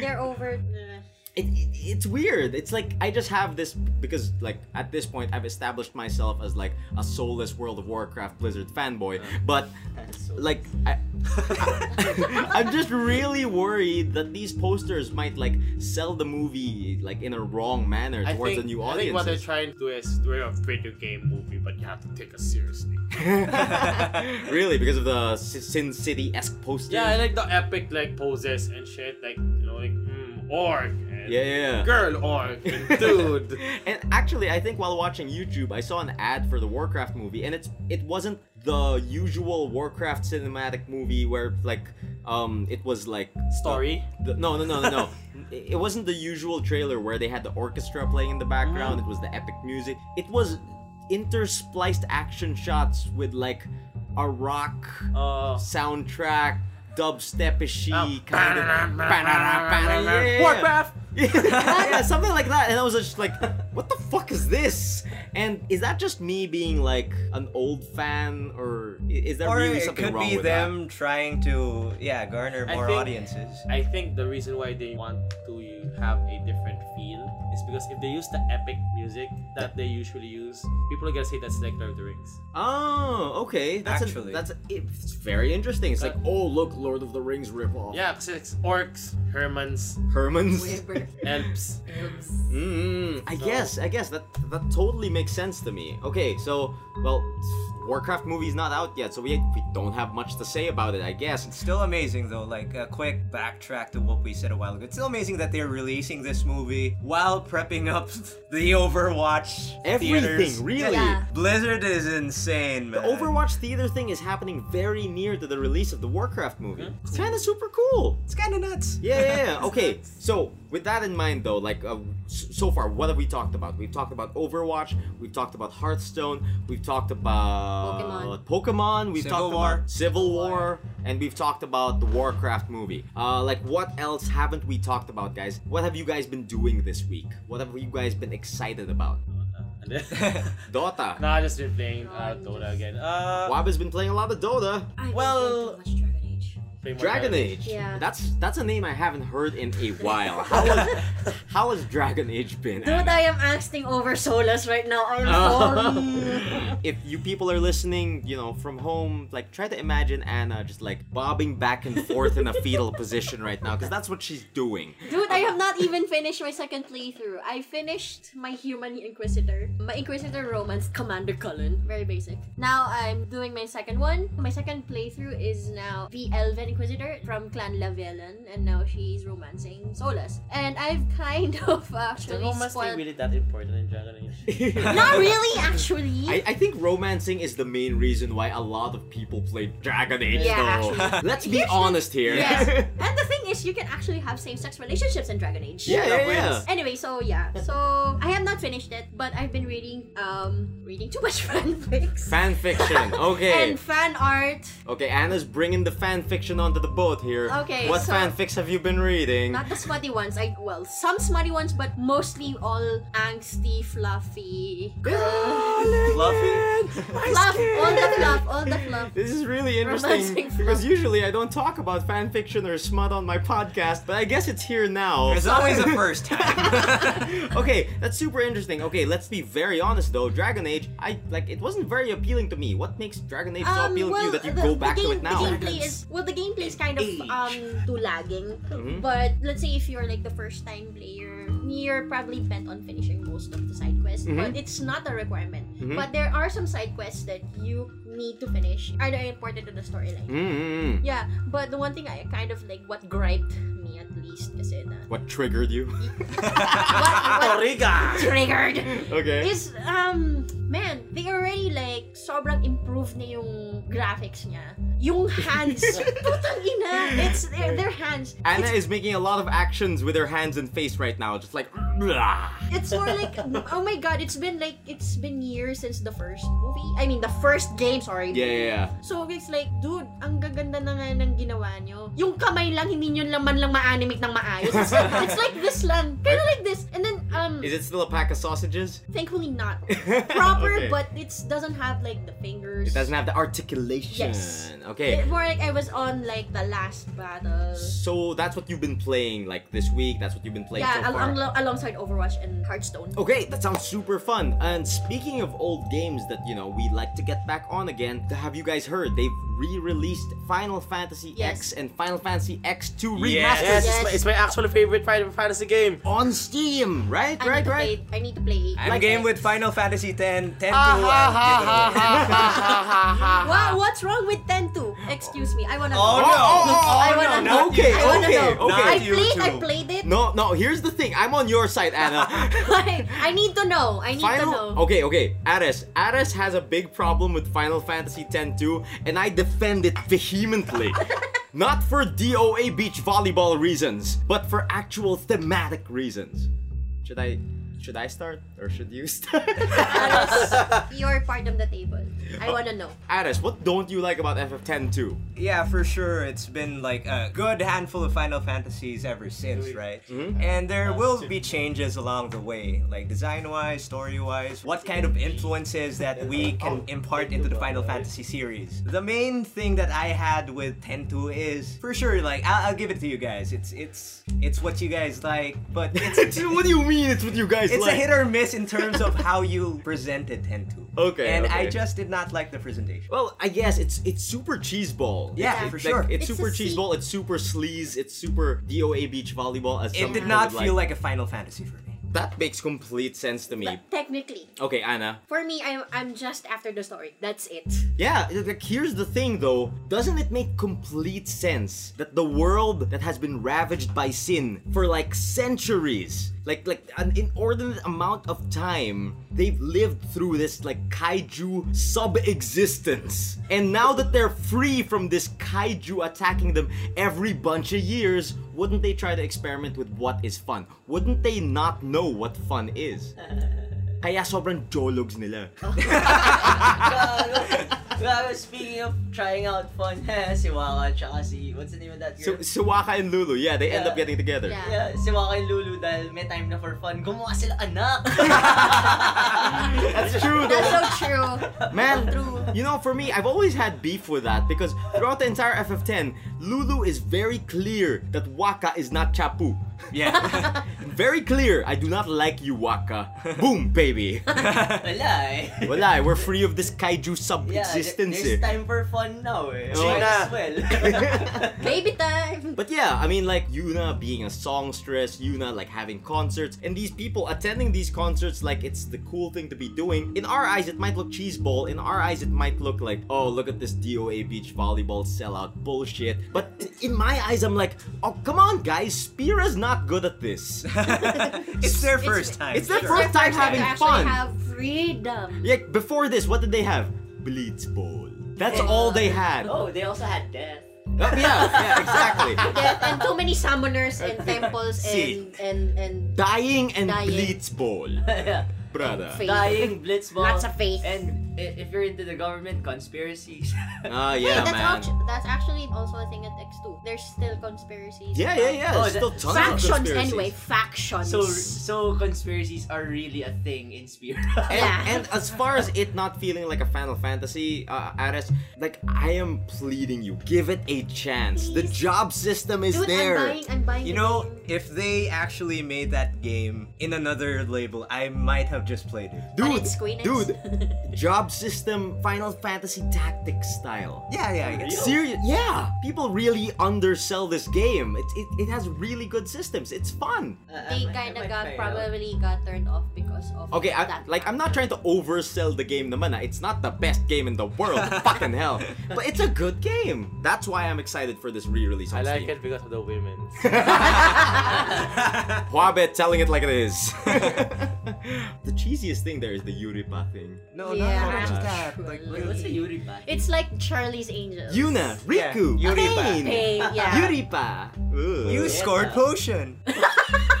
They're over. uh, it, it, it's weird. It's like I just have this because like at this point I've established myself as like a soulless World of Warcraft Blizzard fanboy, but like I, I'm just really worried that these posters might like sell the movie like in a wrong manner I towards think, a new I think what they're audience. trying to do is we're a video game movie, but you have to take us seriously. really, because of the S- Sin City esque posters. Yeah, I like the epic like poses and shit, like you know, like mm, org and yeah, yeah. girl org and dude. and actually, I think while watching YouTube, I saw an ad for the Warcraft movie, and it's it wasn't the usual Warcraft cinematic movie where like um it was like Story. the, no no no no no. It it wasn't the usual trailer where they had the orchestra playing in the Mm. background. It was the epic music. It was interspliced action shots with like a rock Uh, soundtrack, dubstepishy Oh. kind of. Yeah. Warcraft. yeah, something like that. And I was just like, what the fuck is this? And is that just me being like an old fan, or i- is there or really it something could wrong be with them trying to yeah garner I more think- audiences. I think the reason why they want to you have a different feel is because if they use the epic music that they usually use, people are gonna say that's like Lord of the Rings. that? Oh, okay. That's Actually. a, Uh, that's a, it's very interesting. It's like, oh look, Lord of the Rings ripoff. Yeah, because it's orcs, Hermans, Herman's. Weber. elves. Mm, I guess, I guess that that totally makes sense to me. Okay, so well, Warcraft movie's not out yet, so we we don't have much to say about it. I guess. Still amazing though, like a quick backtrack to what we said a while ago. It's still amazing that they're releasing this movie while prepping up the Overwatch theaters. Everything, really. Yeah. Blizzard is insane, man. The Overwatch theater thing is happening very near to the release of the Warcraft movie. It's kind of super cool. It's kind of nuts. Yeah, yeah, yeah. Okay, so with that in mind, though, like uh, s- so far, what have we talked about? We've talked about Overwatch. We've talked about Hearthstone. We've talked about Pokemon. Pokemon. We've Civil talked War. about Civil War, and we've talked about the Warcraft movie. Uh, like, what else haven't we talked about, guys? What have you guys been doing this week? What have you guys been excited about? And then, Dota. nah, I just been playing uh, Dota again. Uh, Wab has been playing a lot of Dota. I've been Well- playing too much Dragon Age. play more Dragon Age. Yeah. That's that's a name I haven't heard in a while. How has how has Dragon Age been? Dude, I am angsting over Solas right now. I'm Oh. sorry. if you people are listening, you know, from home, like try to imagine Anna just like bobbing back and forth in a fetal position right now, because that's what she's doing. Dude, I have not even finished my second playthrough. I finished my human inquisitor, my inquisitor romance, Commander Cullen. Very basic. Now I'm doing my second one. My second playthrough is now the elven inquisitor from Clan Lavellan, and now she's romancing Solas. And I've kind of The actually romance ain't spoiled. really that important in Dragon Age. Not really, actually. I, I think romancing is the main reason why a lot of people play Dragon Age Yeah, though. actually. Let's be Yes, honest here. Yes. and the thing is, you can actually have same-sex relationships in Dragon Age. yeah, yeah, yeah. Anyway, so yeah, so I have not finished it, but I've been reading, um, reading too much fanfics. Fan fiction. Okay. And fan art, Okay, Anna's bringing the fan fiction onto the boat here. Okay, What so- fanfics have you been reading? not the smutty ones. I well, some smutty ones, but mostly all angsty, fluffy, Fluffy. fluff, all the fluff. fluff, all the fluff. This is really Romancing interesting fluff. because usually I don't talk about fan fiction or smut on my podcast, but I guess it's here now. There's always a first time. okay, that's super interesting. Okay, let's be very honest though. Dragon Age, I like it wasn't very appealing to me. What makes Dragon Age so Um, appealing well, to you that you the- go the back to game- it now? The gameplay is well, the gameplay is kind of um too lagging. Hmm? Mm-hmm. But let's say if you're like the first time player, you're probably bent on finishing most of the side quests. Mhm. But it's not a requirement. Mhm. But there are some side quests that you need to finish. Are they important to the storyline? Mm-hmm. Yeah, but the one thing I kind of like what griped me at least kasi na What triggered you? what, what triggered okay. is um man they already like sobrang improved na yung graphics niya yung hands putang ina it's their, their hands Anna is making a lot of actions with her hands and face right now, just like. it's more like oh my god it's been like it's been years since the first movie I mean the first game sorry Yeah, yeah, yeah. So it's like, dude, ang gaganda na nga ng ginawa nyo. Yung kamay lang, hindi nyo lang man lang ma-animate ng maayos. It's, it's like this lang. Kind of like this. And then, um, Is it still a pack of sausages? thankfully not. Okay. Proper, but it doesn't have like the fingers. It doesn't have the articulation. Yes. Okay. It- more like I was on like the last battle. So that's what you've been playing like this week. That's what you've been playing yeah, so al- far. Oh, al- alongside Overwatch and Hearthstone. Okay, that sounds super fun. And speaking of old games that you know we like to get back on again, have you guys heard they've re-released Final Fantasy X Yes. and Final Fantasy X2 Yes, remasters It's, my, it's my actual favorite Final Fantasy game. on Steam, right? I right, need to right. play. I need to play. I'm Like- game with Final Fantasy X, 10 2 Wow, what's wrong with Tentu? Excuse me, I wanna know. Oh, no. I Oh, wanna no, know. not you. okay, I wanna okay, know. okay. I Not you played. I too. played it. No, no, here's the thing. I'm on your side, Anna. Like, I need to know. I need Final. to know. Okay, okay. Ares. Ares has a big problem with Final Fantasy X 2, and I defend it vehemently. Not for DOA beach volleyball reasons, but for actual thematic reasons. Should I should I start or should you start? Aris, you're part of the table. Oh. I wanna know. Ares, what don't you like about FF10 2? Yeah, for sure. It's been like a good handful of Final Fantasies ever since, right? Mm-hmm. And there will be changes along the way, like design wise, story wise, what kind of influences that we can impart into the Final Fantasy series. The main thing that I had with 10.2 is, for sure, like I'll, I'll give it to you guys. It's it's it's what you guys like, but it's what do you mean it's what you guys it's like? a hit or miss in terms of how you presented 10.2. Okay, And okay. I just did not like the presentation. Well, I guess it's it's super cheese ball. Yeah, It's- for it's sure. Like, it's, It's a super cheese C. ball. It's super sleaze. It's super DOA beach volleyball. As some It did people not would feel like a Final Fantasy for me. That makes complete sense to me. But technically, Okay, Anna. for me, I'm, I'm just after the story. That's it. Yeah, like here's the thing though. Doesn't it make complete sense that the world that has been ravaged by sin for like centuries, like like an inordinate amount of time, they've lived through this like kaiju sub-existence. And now that they're free from this kaiju attacking them every bunch of years, wouldn't they try to experiment with what is fun? Wouldn't they not know what fun is? Kaya sobrang jologs nila. Well, speaking of trying out fun, si Waka tsaka si, what's the name of that So, girl? Suwaka and Lulu, yeah, they end Yeah. up getting together. Yeah. yeah, si Waka and Lulu dahil may time na for fun, gumawa sila anak! That's true, That's though. so true. Man, True. you know, for me, I've always had beef with that because throughout the entire FF10, Lulu is very clear that Waka is not Chapu. Yeah. Very clear, I do not like you, Waka. Boom, baby. Wala eh. Wala, we're free of this kaiju sub Yeah, there- existence. eh. there's time for fun now eh. Oh. Might as well. Baby time. But yeah, I mean, like Yuna being a songstress, Yuna like having concerts, and these people attending these concerts like it's the cool thing to be doing. In our eyes, it might look cheeseball. In our eyes, it might look like, oh, look at this DOA beach volleyball sellout bullshit. But in my eyes, I'm like, oh, come on, guys, Spira's not good at this. it's their first time. it's their sure. first time First having to actually fun. have freedom. yeah, before this, what did they have? Blitzball. That's all they had. Oh, they also had death. Uh, yeah, yeah, exactly. Death and too many summoners and temples See. and and and Dying and Dying. Blitzball, yeah. brother. faith. Dying, blitzball. Lots of faith. And i- if you're into the government conspiracies. Ah, yeah, that's, man. act- that's actually also a thing at X2. There's still conspiracies. Yeah, yeah, about- yeah. Oh, There's that- still tons of Factions, conspiracies. anyway. Factions. so so conspiracies are really a thing in Spira. And, Yeah. and as far as it not feeling like a Final Fantasy, uh, Ares, like I am pleading you, give it a chance. The Please. job system is Dude, there. I'm buying, I'm buying You the know, game. if they actually made that game in another label, I might have just played it. But Dude, it's Squeenix. dude, job system, Final Fantasy tactics style. Yeah, yeah, I guess. Serious, yeah. People really undersell this game. It, it, it has really good systems. It's fun. they kind of got probably got turned off because of Okay, I, that. like I'm not trying to oversell the game naman. ah. It's not the best game in the world. Fucking hell. But it's a good game. That's why I'm excited for this re-release I on like Steam. it because of the women. Huabe telling it like it is. the cheesiest thing there is the Yuripa thing. Oh, No, Yeah. not much True. of that. Like, What's a really. Yuri ba? It's like Charlie's Angels. Yuna, Riku, Yeah, Yuripa. Pain, Pain, yeah. Yuripa. Ooh. You scored potion.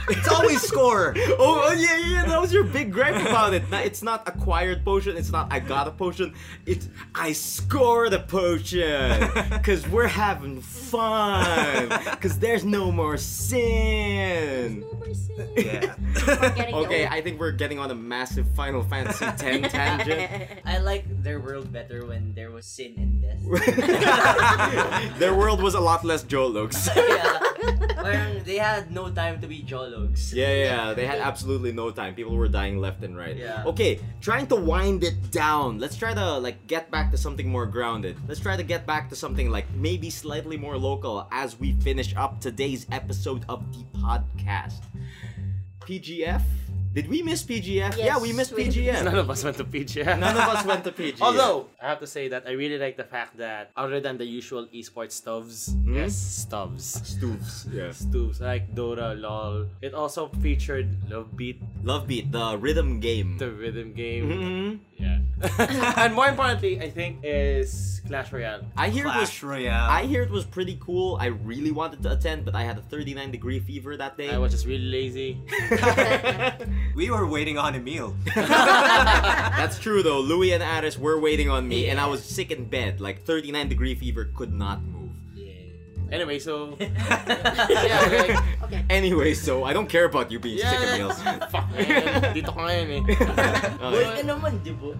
it's always score. Oh, oh, yeah, yeah, yeah, that was your big gripe about it. Na- It's not acquired potion, it's not I got a potion, it's I scored a potion. Cause we're having fun. Cause there's no more sin. Yeah. Getting the Okay, old- I think we're getting on a massive Final Fantasy X tangent. I like their world better when there was sin and death. Their world was a lot less Jolokes. yeah. Parang they had no time to be jologs. Yeah, yeah, yeah, they had absolutely no time. People were dying left and right. Yeah. Okay, trying to wind it down. Let's try to like get back to something more grounded. Let's try to get back to something like maybe slightly more local as we finish up today's episode of the podcast. PGF? Did we miss PGF? Yes, yeah, we missed we did. PGF. None of us went to PG. None of us went to PGF. Although I have to say that I really like the fact that other than the usual esports stuffs, Hmm? yes, stuffs, Stooves. Yeah. stuffs like Dota, LOL, it also featured Love Beat, Love Beat, the rhythm game. the rhythm game, Mhm. yeah, and more importantly, I think is Clash Royale. I hear it was Clash Royale. I hear it was pretty cool. I really wanted to attend, but I had a 39 degree fever that day. I was just really lazy. we were waiting on a meal. That's true though. Louis and Aris were waiting on me, and I was sick in bed. Like 39 degree fever, could not move. Anyway, so yeah, like, Okay. Anyway, so I don't care about you being sick yeah, of yeah. meals. Fuck man, dito ka ngayon eh. Boy ka naman, di ba?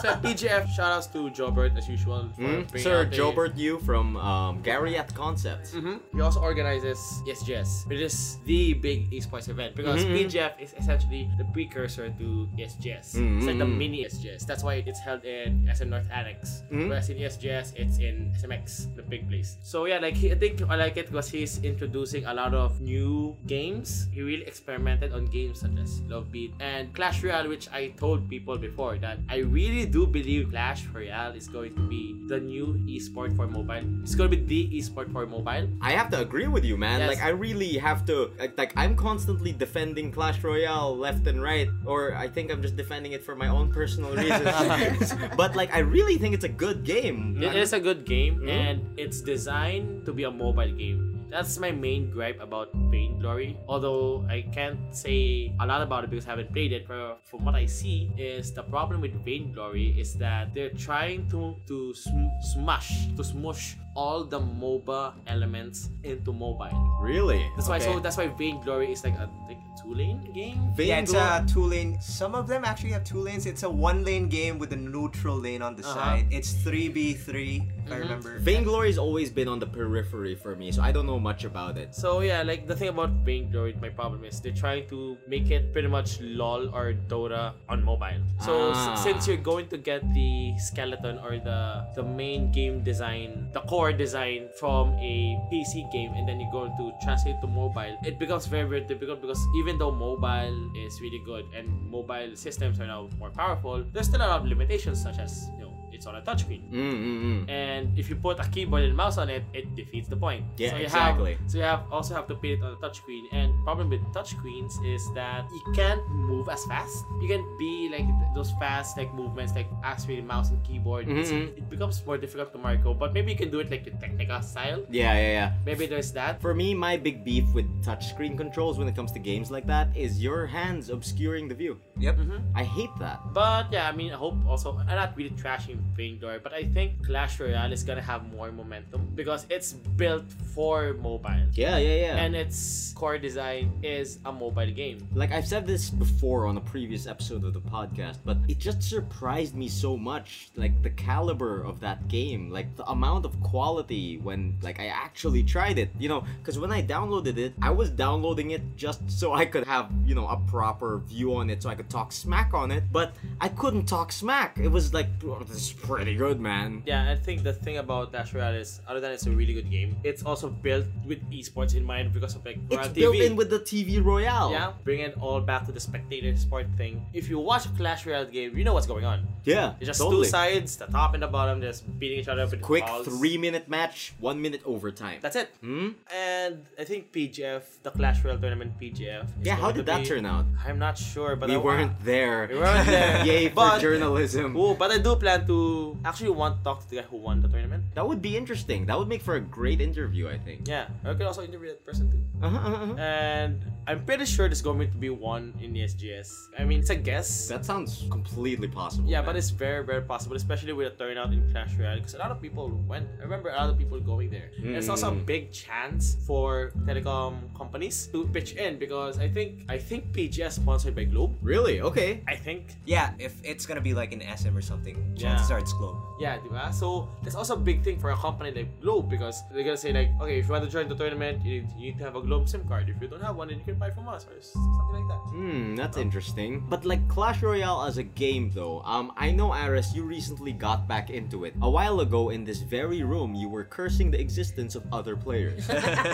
So PGF, shoutouts to Jobert as usual for Hmm? bringing Sir out Mm. the- Jobert Yu from um, Gary at Concepts. He also organizes Yes Jess, which is the big esports event because Mhm, mhm. PGF is essentially the precursor to Yes Jess. It's like the mini Yes Jess. That's why it's held in SM North Annex. Mhm. Whereas in Yes Jess, it's in SMX, the big place. So yeah, like he, I think I like it because he's introducing a lot of new games. He really experimented on games such as Love Beat and Clash Royale, which I told people before that I really do believe Clash Royale is going to be the new esport for mobile. It's going to be the esport for mobile. I have to agree with you, man. Yes. Like I really have to. Like, like I'm constantly defending Clash Royale left and right, or I think I'm just defending it for my own personal reasons. but like I really think it's a good game. It is a good Mhm. game and it's designed to be a mobile game. That's my main gripe about Vainglory. Glory. Although I can't say a lot about it because I haven't played it, but from what I see is the problem with Vainglory Glory is that they're trying to to sm- smash to smush all the MOBA elements into mobile. really. That's why so Okay. that's why Vainglory Glory is like a like two lane game. Vainglo- Yeah, it's a two lane. Some of them actually have two lanes. It's a one lane game with a neutral lane on Uh-huh. the side. It's 3v3, if Mm-hmm. I remember. Vainglory's always been on the periphery for me, so I don't know much about it. So yeah, like the thing about Vainglory, my problem is they're trying to make it pretty much LOL or Dota on mobile. So Ah. s- since you're going to get the skeleton or the the main game design, the core design from a PC game, and then you're going to translate to mobile, it becomes very very difficult because even though mobile is really good and mobile systems are now more powerful, there's still a lot of limitations such as you know. It's it's on a touchscreen. Mm, Mm-mm-mm. And if you put a keyboard and mouse on it, it defeats the point. Yeah, so you exactly. Have, so you have also have to put it on a touchscreen. And problem with touchscreens is that you can't move as fast. You can't be like th- those fast like movements like as with mouse and keyboard. It's- Mhm. It becomes more difficult to Marco. But maybe you can do it like the Technica style. Yeah, yeah, yeah. Maybe there's that. For me, my big beef with touchscreen controls when it comes to games like that is your hands obscuring the view. Yep. I hate that. But yeah, I mean, I hope also I'm not really trashing Vainglory, but I think Clash Royale is gonna have more momentum because it's built for mobile. Yeah, yeah, yeah. And its core design is a mobile game. Like I've said this before on a previous episode of the podcast, but it just surprised me so much, like the caliber of that game, like the amount of quality when like I actually tried it, you know, cuz when I downloaded it, I was downloading it just so I could have, you know, a proper view on it so I could talk smack on it, but I couldn't talk smack. It was like "Oh, this is pretty good, man. Yeah, I think the thing about Clash Royale is, other than it's a really good game, it's also built with esports in mind because of like It's Royale built TV. in with the TV Royale. yeah, bring it all back to the spectator sport thing. If you watch a Clash Royale game, you know what's going on. Yeah. It's just totally. two sides, the top and the bottom, just beating each other up with Quick balls. 3 minute match, 1 minute overtime. That's it. hmm? And I think PGF, the Clash Royale tournament PGF. is Yeah, how going to did that be- turn out? I'm not sure, but we I wa- weren't there. We weren't there. Yay for But- journalism. Oh, but I do plan to actually want to talk to the guy who won the tournament. That would be interesting. That would make for a great interview, I think. Yeah, I could also interview that person too. Uh-huh, uh-huh. And I'm pretty sure there's going to be one in SGS. I mean, it's a guess. That sounds completely possible. yeah, man. but it's very, very possible, especially with a turnout in Clash Royale, because a lot of people went. I remember a lot of people going there. And It's also a Mm. big chance for telecom companies to pitch in because I think I think PGS sponsored by Globe. really okay. I think. Yeah, if it's gonna be like an SM or something, Yeah. chances are it's globe. Yeah, di ba? So, that's also a big thing for a company like Globe because they're gonna say like, okay, if you want to join the tournament, you need, you need to have a Globe SIM card. If you don't have one, then you can buy from us or s- something like that. Hmm, that's interesting. But like Clash Royale as a game, though, um, I know Aris, you recently got back into it. A while ago, in this very room, you were cursing the existence of other players.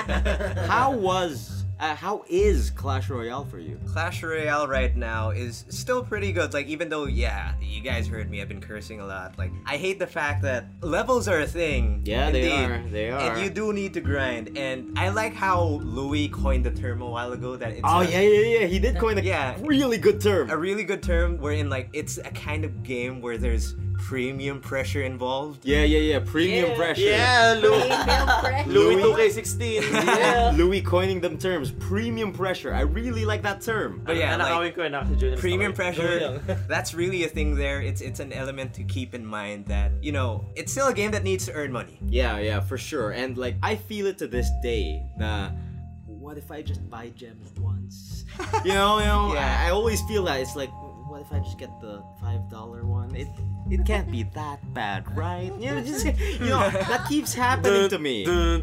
how was, uh, how is Clash Royale for you? Clash Royale right now is still pretty good. Like, even though, yeah, you guys heard me, I've been cursing a lot. Like, I hate the fact that levels are a thing. Yeah, they indeed. are. They are. And you do need to grind. And I like how Louis coined the term a while ago that it's Oh a- yeah, yeah, yeah. He did coin a Yeah. really good term. a really good term wherein, like, it's a kind of game where there's premium pressure involved. Yeah, yeah, yeah. Premium Yeah. pressure. Louis, Louis. Louis Louis. 2K16. Yeah. Louis coining them terms. Premium pressure. I really like that term. But yeah, like- nakawin ko yun after Julian's premium story. pressure that's really a thing there it's it's an element to keep in mind that you know it's still a game that needs to earn money Yeah, yeah, for sure. And like, I feel it to this day. The what if I just buy gems once? you know, you know. Yeah. I, I always feel that it's like, what if I just get the five dollar one? It it can't be that bad, right? You know, just you know that keeps happening to me.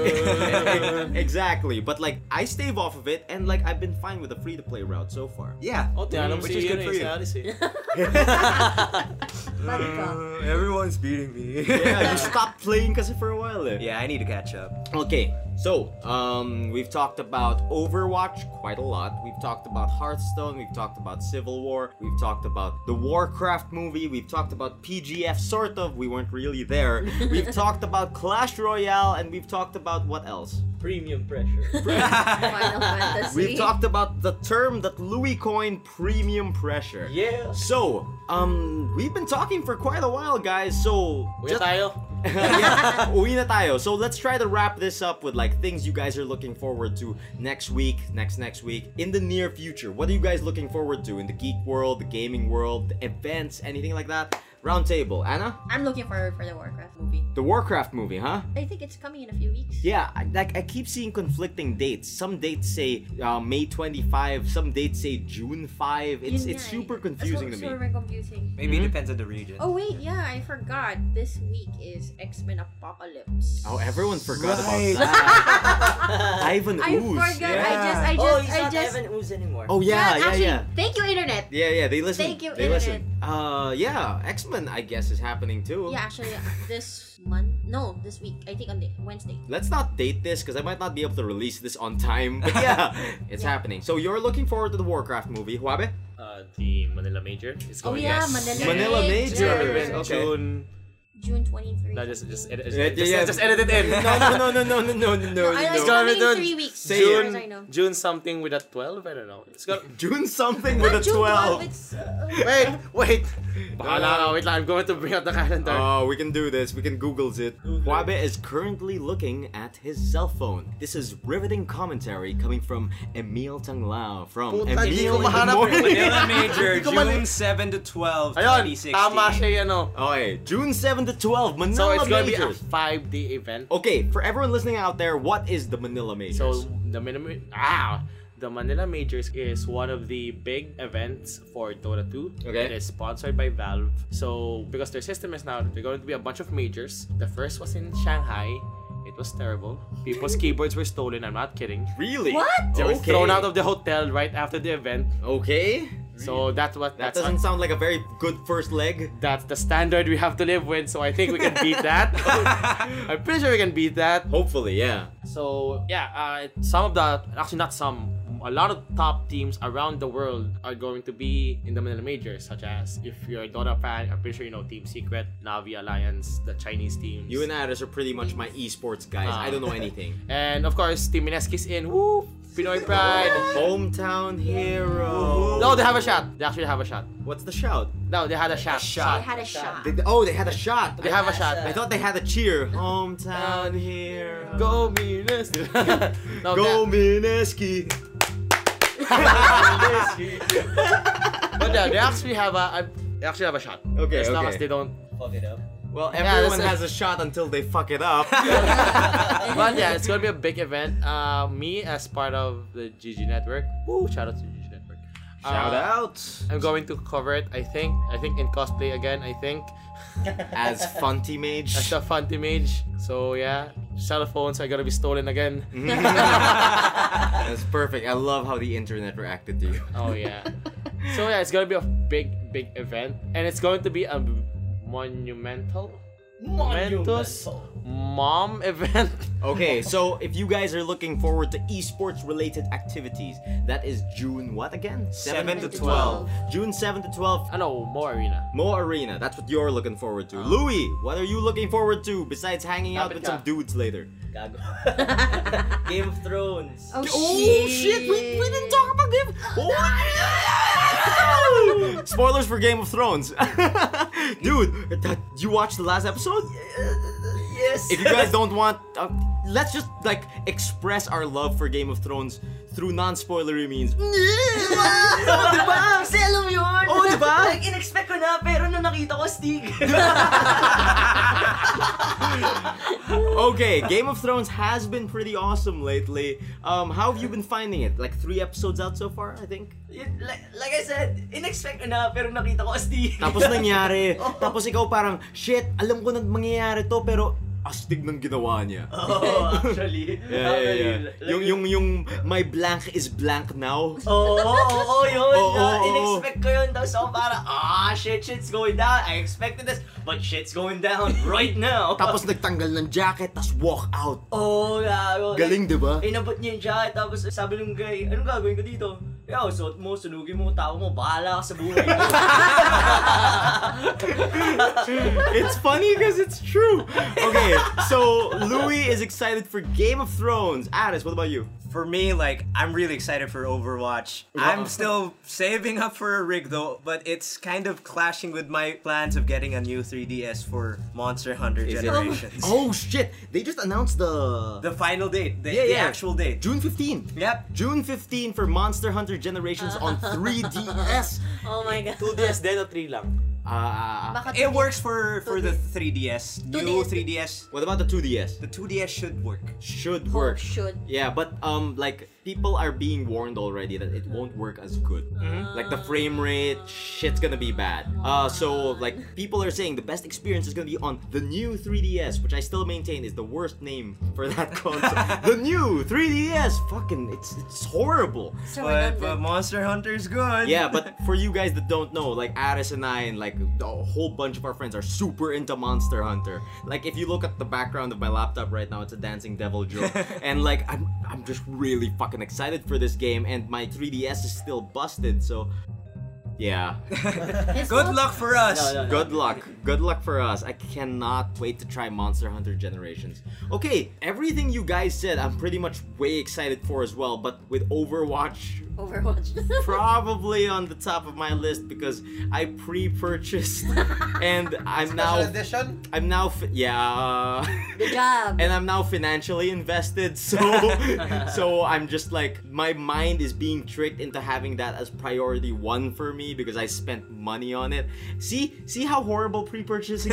exactly. But like, I stave off of it, and like, I've been fine with the free to play route so far. yeah Oh, Mm, tinanong Which si is good ano, for eh, you. si Alice eh. Uh, everyone's beating me Yeah, you stopped playing kasi for a while. Eh. yeah i need to catch up Okay, so um, we've talked about Overwatch quite a lot. We've talked about Hearthstone. We've talked about Civil War. We've talked about the Warcraft movie. We've talked about PGF, sort of. We weren't really there. We've talked about Clash Royale, and we've talked about what else? Premium pressure. Final Fantasy. We've talked about the term that Louis coined, premium pressure. yeah. So, um, we've been talking for quite a while, guys. So, Uwi na tayo. yeah, uwi na tayo. So let's try to wrap this up with like things you guys are looking forward to next week, next next week, in the near future. What are you guys looking forward to in the geek world, the gaming world, the events, anything like that? Roundtable, Anna, I'm looking forward for the Warcraft movie. the Warcraft movie, huh? I think it's coming in a few weeks. Yeah, I- like I keep seeing conflicting dates. Some dates say uh, May 25, some dates say June 5. It's Yun it's nga eh. super confusing That's to me. super confusing. maybe Mhm. it depends on the region Oh wait, yeah, I forgot. This week is X Men Apocalypse. Oh, everyone forgot Right. about that. Ivan I Ooze. forgot. I yeah. just, I just, oh, he's I not just. Evan Ooze anymore. Oh yeah, yeah, actually, yeah. Thank you, internet. Yeah, yeah, they listen. Thank you, they internet. listen. Uh, yeah, X Men, I guess, is happening too. Yeah, actually, this month. No, this week. I think on the Wednesday. Let's not date this because I might not be able to release this on time. But yeah, it's Yeah. happening. So you're looking forward to the Warcraft movie, Huabe? Uh, uh, the Manila Major. It's Oh going yeah, yes. Manila, Manila Major. Major. It's Okay. June. June 23. No, just just edit, Yeah, just, just, Uh, yeah. just edit it in. No, no, no, no, no, no, no, no. No, I, no. gonna be it's coming in done. three weeks. Say as far it. as I know. June something with a twelve. I don't know. It's got. June something with a Not June 12. It's, uh, Wait, wait. no, Bahala ka. Wait lang. I'm going to bring out the calendar. Oh, we can do this. We can Google's it. Huabe is currently looking at his cell phone. This is riveting commentary coming from Emil Tanglao from Puta, hindi ko Emil in the mahanap Morning. Manila Major, Hindi ko mali- June 7 to 12, Ayun. 2016. Tama siya yun. oh. Okay, June 7 to 12, Manila So it's gonna be a Majors. five-day event. Okay, for everyone listening out there, what is the Manila Majors? So the minimum ah the Manila Majors is one of the big events for Dota 2. Okay. It is sponsored by Valve. So because their system is now they're going to be a bunch of majors. The first was in Shanghai. It was terrible. People's keyboards were stolen. I'm not kidding. really? What? They were okay. thrown out of the hotel right after the event. Okay. So that's what That that's doesn't what- sound like a very good first leg. that's the standard we have to live with. So I think we can beat that. I'm pretty sure we can beat that. Hopefully, yeah. So yeah, uh, some of the actually not some, a lot of top teams around the world are going to be in the Manila Majors, such as if you're a Dota fan, I'm pretty sure you know Team Secret, Navi Alliance, the Chinese teams. You and Addis are pretty much my esports guys. I Ah. don't know anything. And of course, Team Mineski's in. Woo! Pinoy Pride. Hometown hero. No, they have a shot. They actually have a shot. What's the shout? No, they had a shot. I shot. had a shot. They- oh, they had a shot. They have a shot. I uh, thought they had a cheer. Hometown hero. Go Mineski. no, Go they- Mineski. But yeah, they actually have a. They actually have a shot. Okay, As long okay. as they don't Fuck it up. Well, Yeah, everyone that's- has a shot until they fuck it up. but yeah, it's gonna be a big event. Uh, me as part of the GG Network. Woo! Shout out to GG Network. Shout Uh, out. I'm going to cover it. I think. I think in cosplay again. I think As Funty Mage. as the Fanti Mage. So yeah, cell phones are gonna be stolen again. That's perfect. I love how the internet reacted to you. Oh yeah. so yeah, it's gonna be a big, big event, and it's going to be a monumental, momentous mom event. Okay, so if you guys are looking forward to esports related activities, that is June what again? 7 to to 12. 12. June 7 to 12. I know Mo Arena. Mo Arena, that's what you're looking forward to. Louis, what are you looking forward to besides hanging out with some dudes later? Gago. Game of Thrones. Oh, about Game of Spoilers for Game of Thrones. Dude, that, you watched the last episode? Yes. If you guys don't want, uh, let's just like express our love for Game of Thrones through non-spoilery means. oh, diba? Kasi alam mo yun. Oh, diba? Like, in-expect ko na, pero nung nakita ko, Stig. Okay, Game of Thrones has been pretty awesome lately. Um, how have you been finding it? Like three episodes out so far, I think. Yun, like, like I said, in-expect ko na, pero nakita ko, Stig. Tapos nangyari, tapos ikaw parang, shit, alam ko na mangyayari to, pero astig ng ginawa niya. oh, actually. Yeah, yeah, actually, yeah. like- Yung, yung, yung, my blank is blank now. Oo, oo, oo, yun. Oo, oo, oo. in-expect ko yun. Tapos ako parang, ah, shit, shit's going down. I expected this, but shit's going down right now. Tapos nagtanggal ng jacket, tas walk out. Oo, oh, gago. Galing, di ba? Inabot niya yung jacket, tapos sabi nung guy, anong gagawin ko dito? Yaw, suot mo, sunugin mo, tao mo, bahala ka sa buhay mo. It's funny because it's true. Okay, so Louis is excited for Game of Thrones. Addis, what about you? For me, like, I'm really excited for Overwatch. I'm still saving up for a rig though, but it's kind of clashing with my plans of getting a new 3DS for Monster Hunter Is it- Generations. Oh shit! They just announced the The final date, the, Yeah, the yeah. actual date. June 15. Yep. June 15 for Monster Hunter Generations on 3DS. Oh my god. 2DS then o 3 lang. Uh, Baka It to- works for for the 3DS. New 2DS. 3DS. what about the 2DS? The 2DS should work. Should Oh, work. Should. Yeah, but um, like people are being warned already that it won't work as good. Like the frame rate, shit's gonna be bad. Uh, so like people are saying the best experience is gonna be on the new 3DS, which I still maintain is the worst name for that console. the new 3DS, fucking, it's it's horrible. So But, but redundant. Monster Hunter's good. Yeah, but for you guys that don't know, like Addis and I and like a whole bunch of our friends are super into Monster Hunter. Like if you look at the background of my laptop right now, it's a dancing devil joke. and like I'm I'm just really fucking excited for this game and my 3DS is still busted, so Yeah. It's Good not- luck for us. No, no, no. Good luck. Good luck for us. I cannot wait to try Monster Hunter Generations. Okay, everything you guys said, I'm pretty much way excited for as well, but with Overwatch Overwatch. probably on the top of my list because I pre-purchased and I'm Special now edition? I'm now fi- yeah. Good job. And I'm now financially invested, so so I'm just like my mind is being tricked into having that as priority one for me because I spent money on it. See, see how horrible pre-purchasing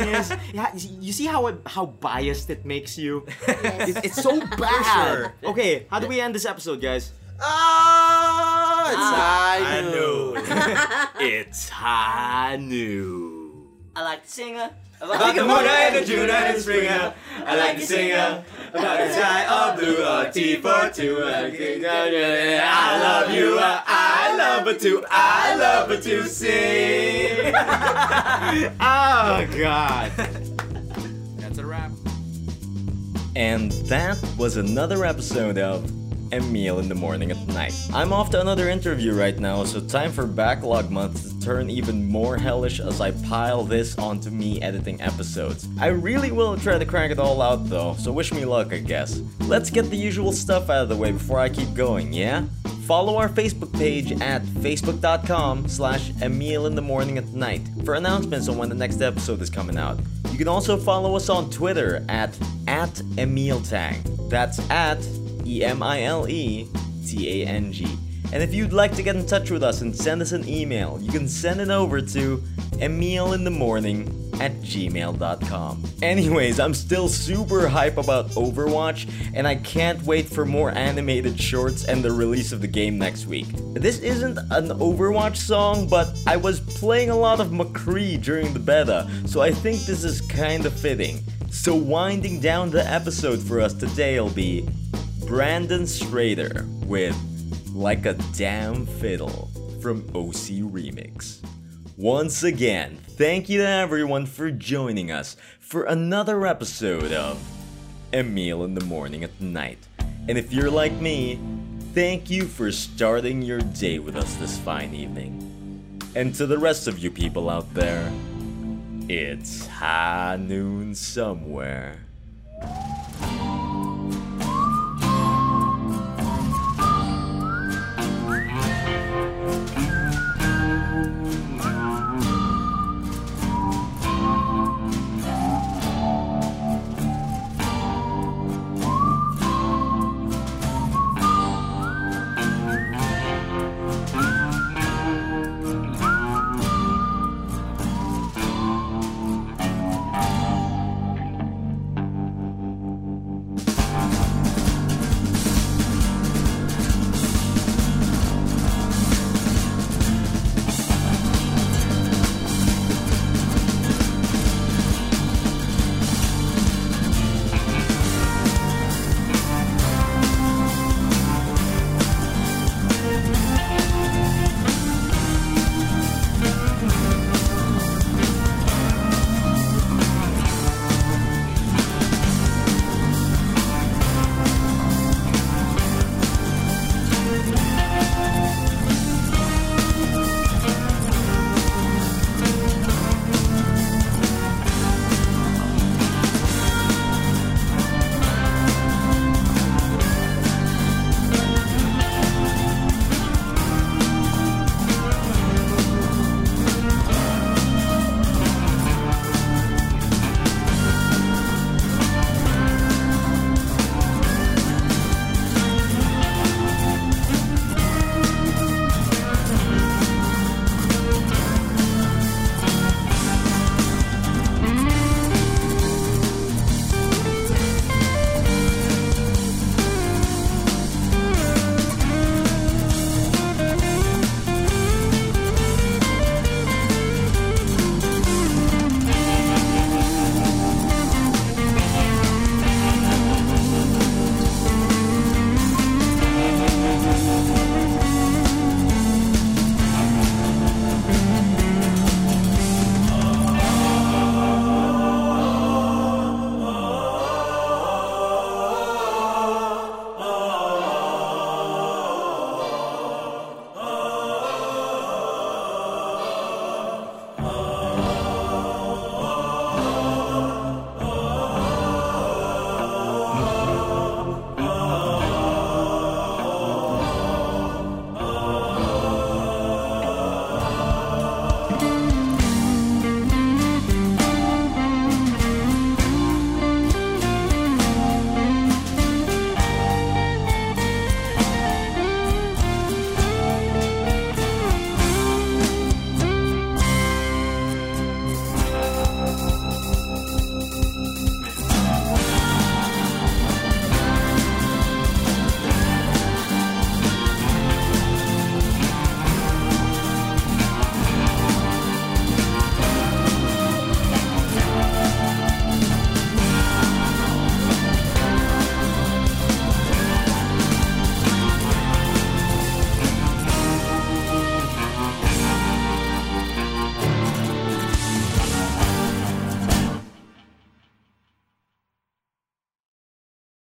is. yeah, you see how it, how biased it makes you. Yes. It- it's so bad. Okay, how do we end this episode, guys? Ah! It's I know. it's Hanu. I like to sing. ah. uh, About the moon and the June and the spring. uh, I like to sing uh, about the sky of blue. A T for two. uh, I love you. uh, I love it too. I love it too. Sing. Oh God. That's a wrap. And that was another episode of A Meal in the Morning at Night. I'm off to another interview right now, so time for backlog month to turn even more hellish as I pile this onto me editing episodes. I really will try to crank it all out though, so wish me luck, I guess. Let's get the usual stuff out of the way before I keep going, yeah? Follow our Facebook page at facebook.com slash a meal in the morning at night for announcements on when the next episode is coming out. You can also follow us on Twitter at at emiltang. That's at E E-M-I-L-E-T-A-N-G. And if you'd like to get in touch with us and send us an email, you can send it over to emilinthemorning at gmail.com. Anyways, I'm still super hype about Overwatch, and I can't wait for more animated shorts and the release of the game next week. This isn't an Overwatch song, but I was playing a lot of McCree during the beta, so I think this is kinda fitting. So, winding down the episode for us today will be Brandon Schrader with Like a Damn Fiddle from OC Remix. Once again, thank you to everyone for joining us for another episode of A Meal in the Morning at Night. And if you're like me, thank you for starting your day with us this fine evening. And to the rest of you people out there, it's high noon somewhere.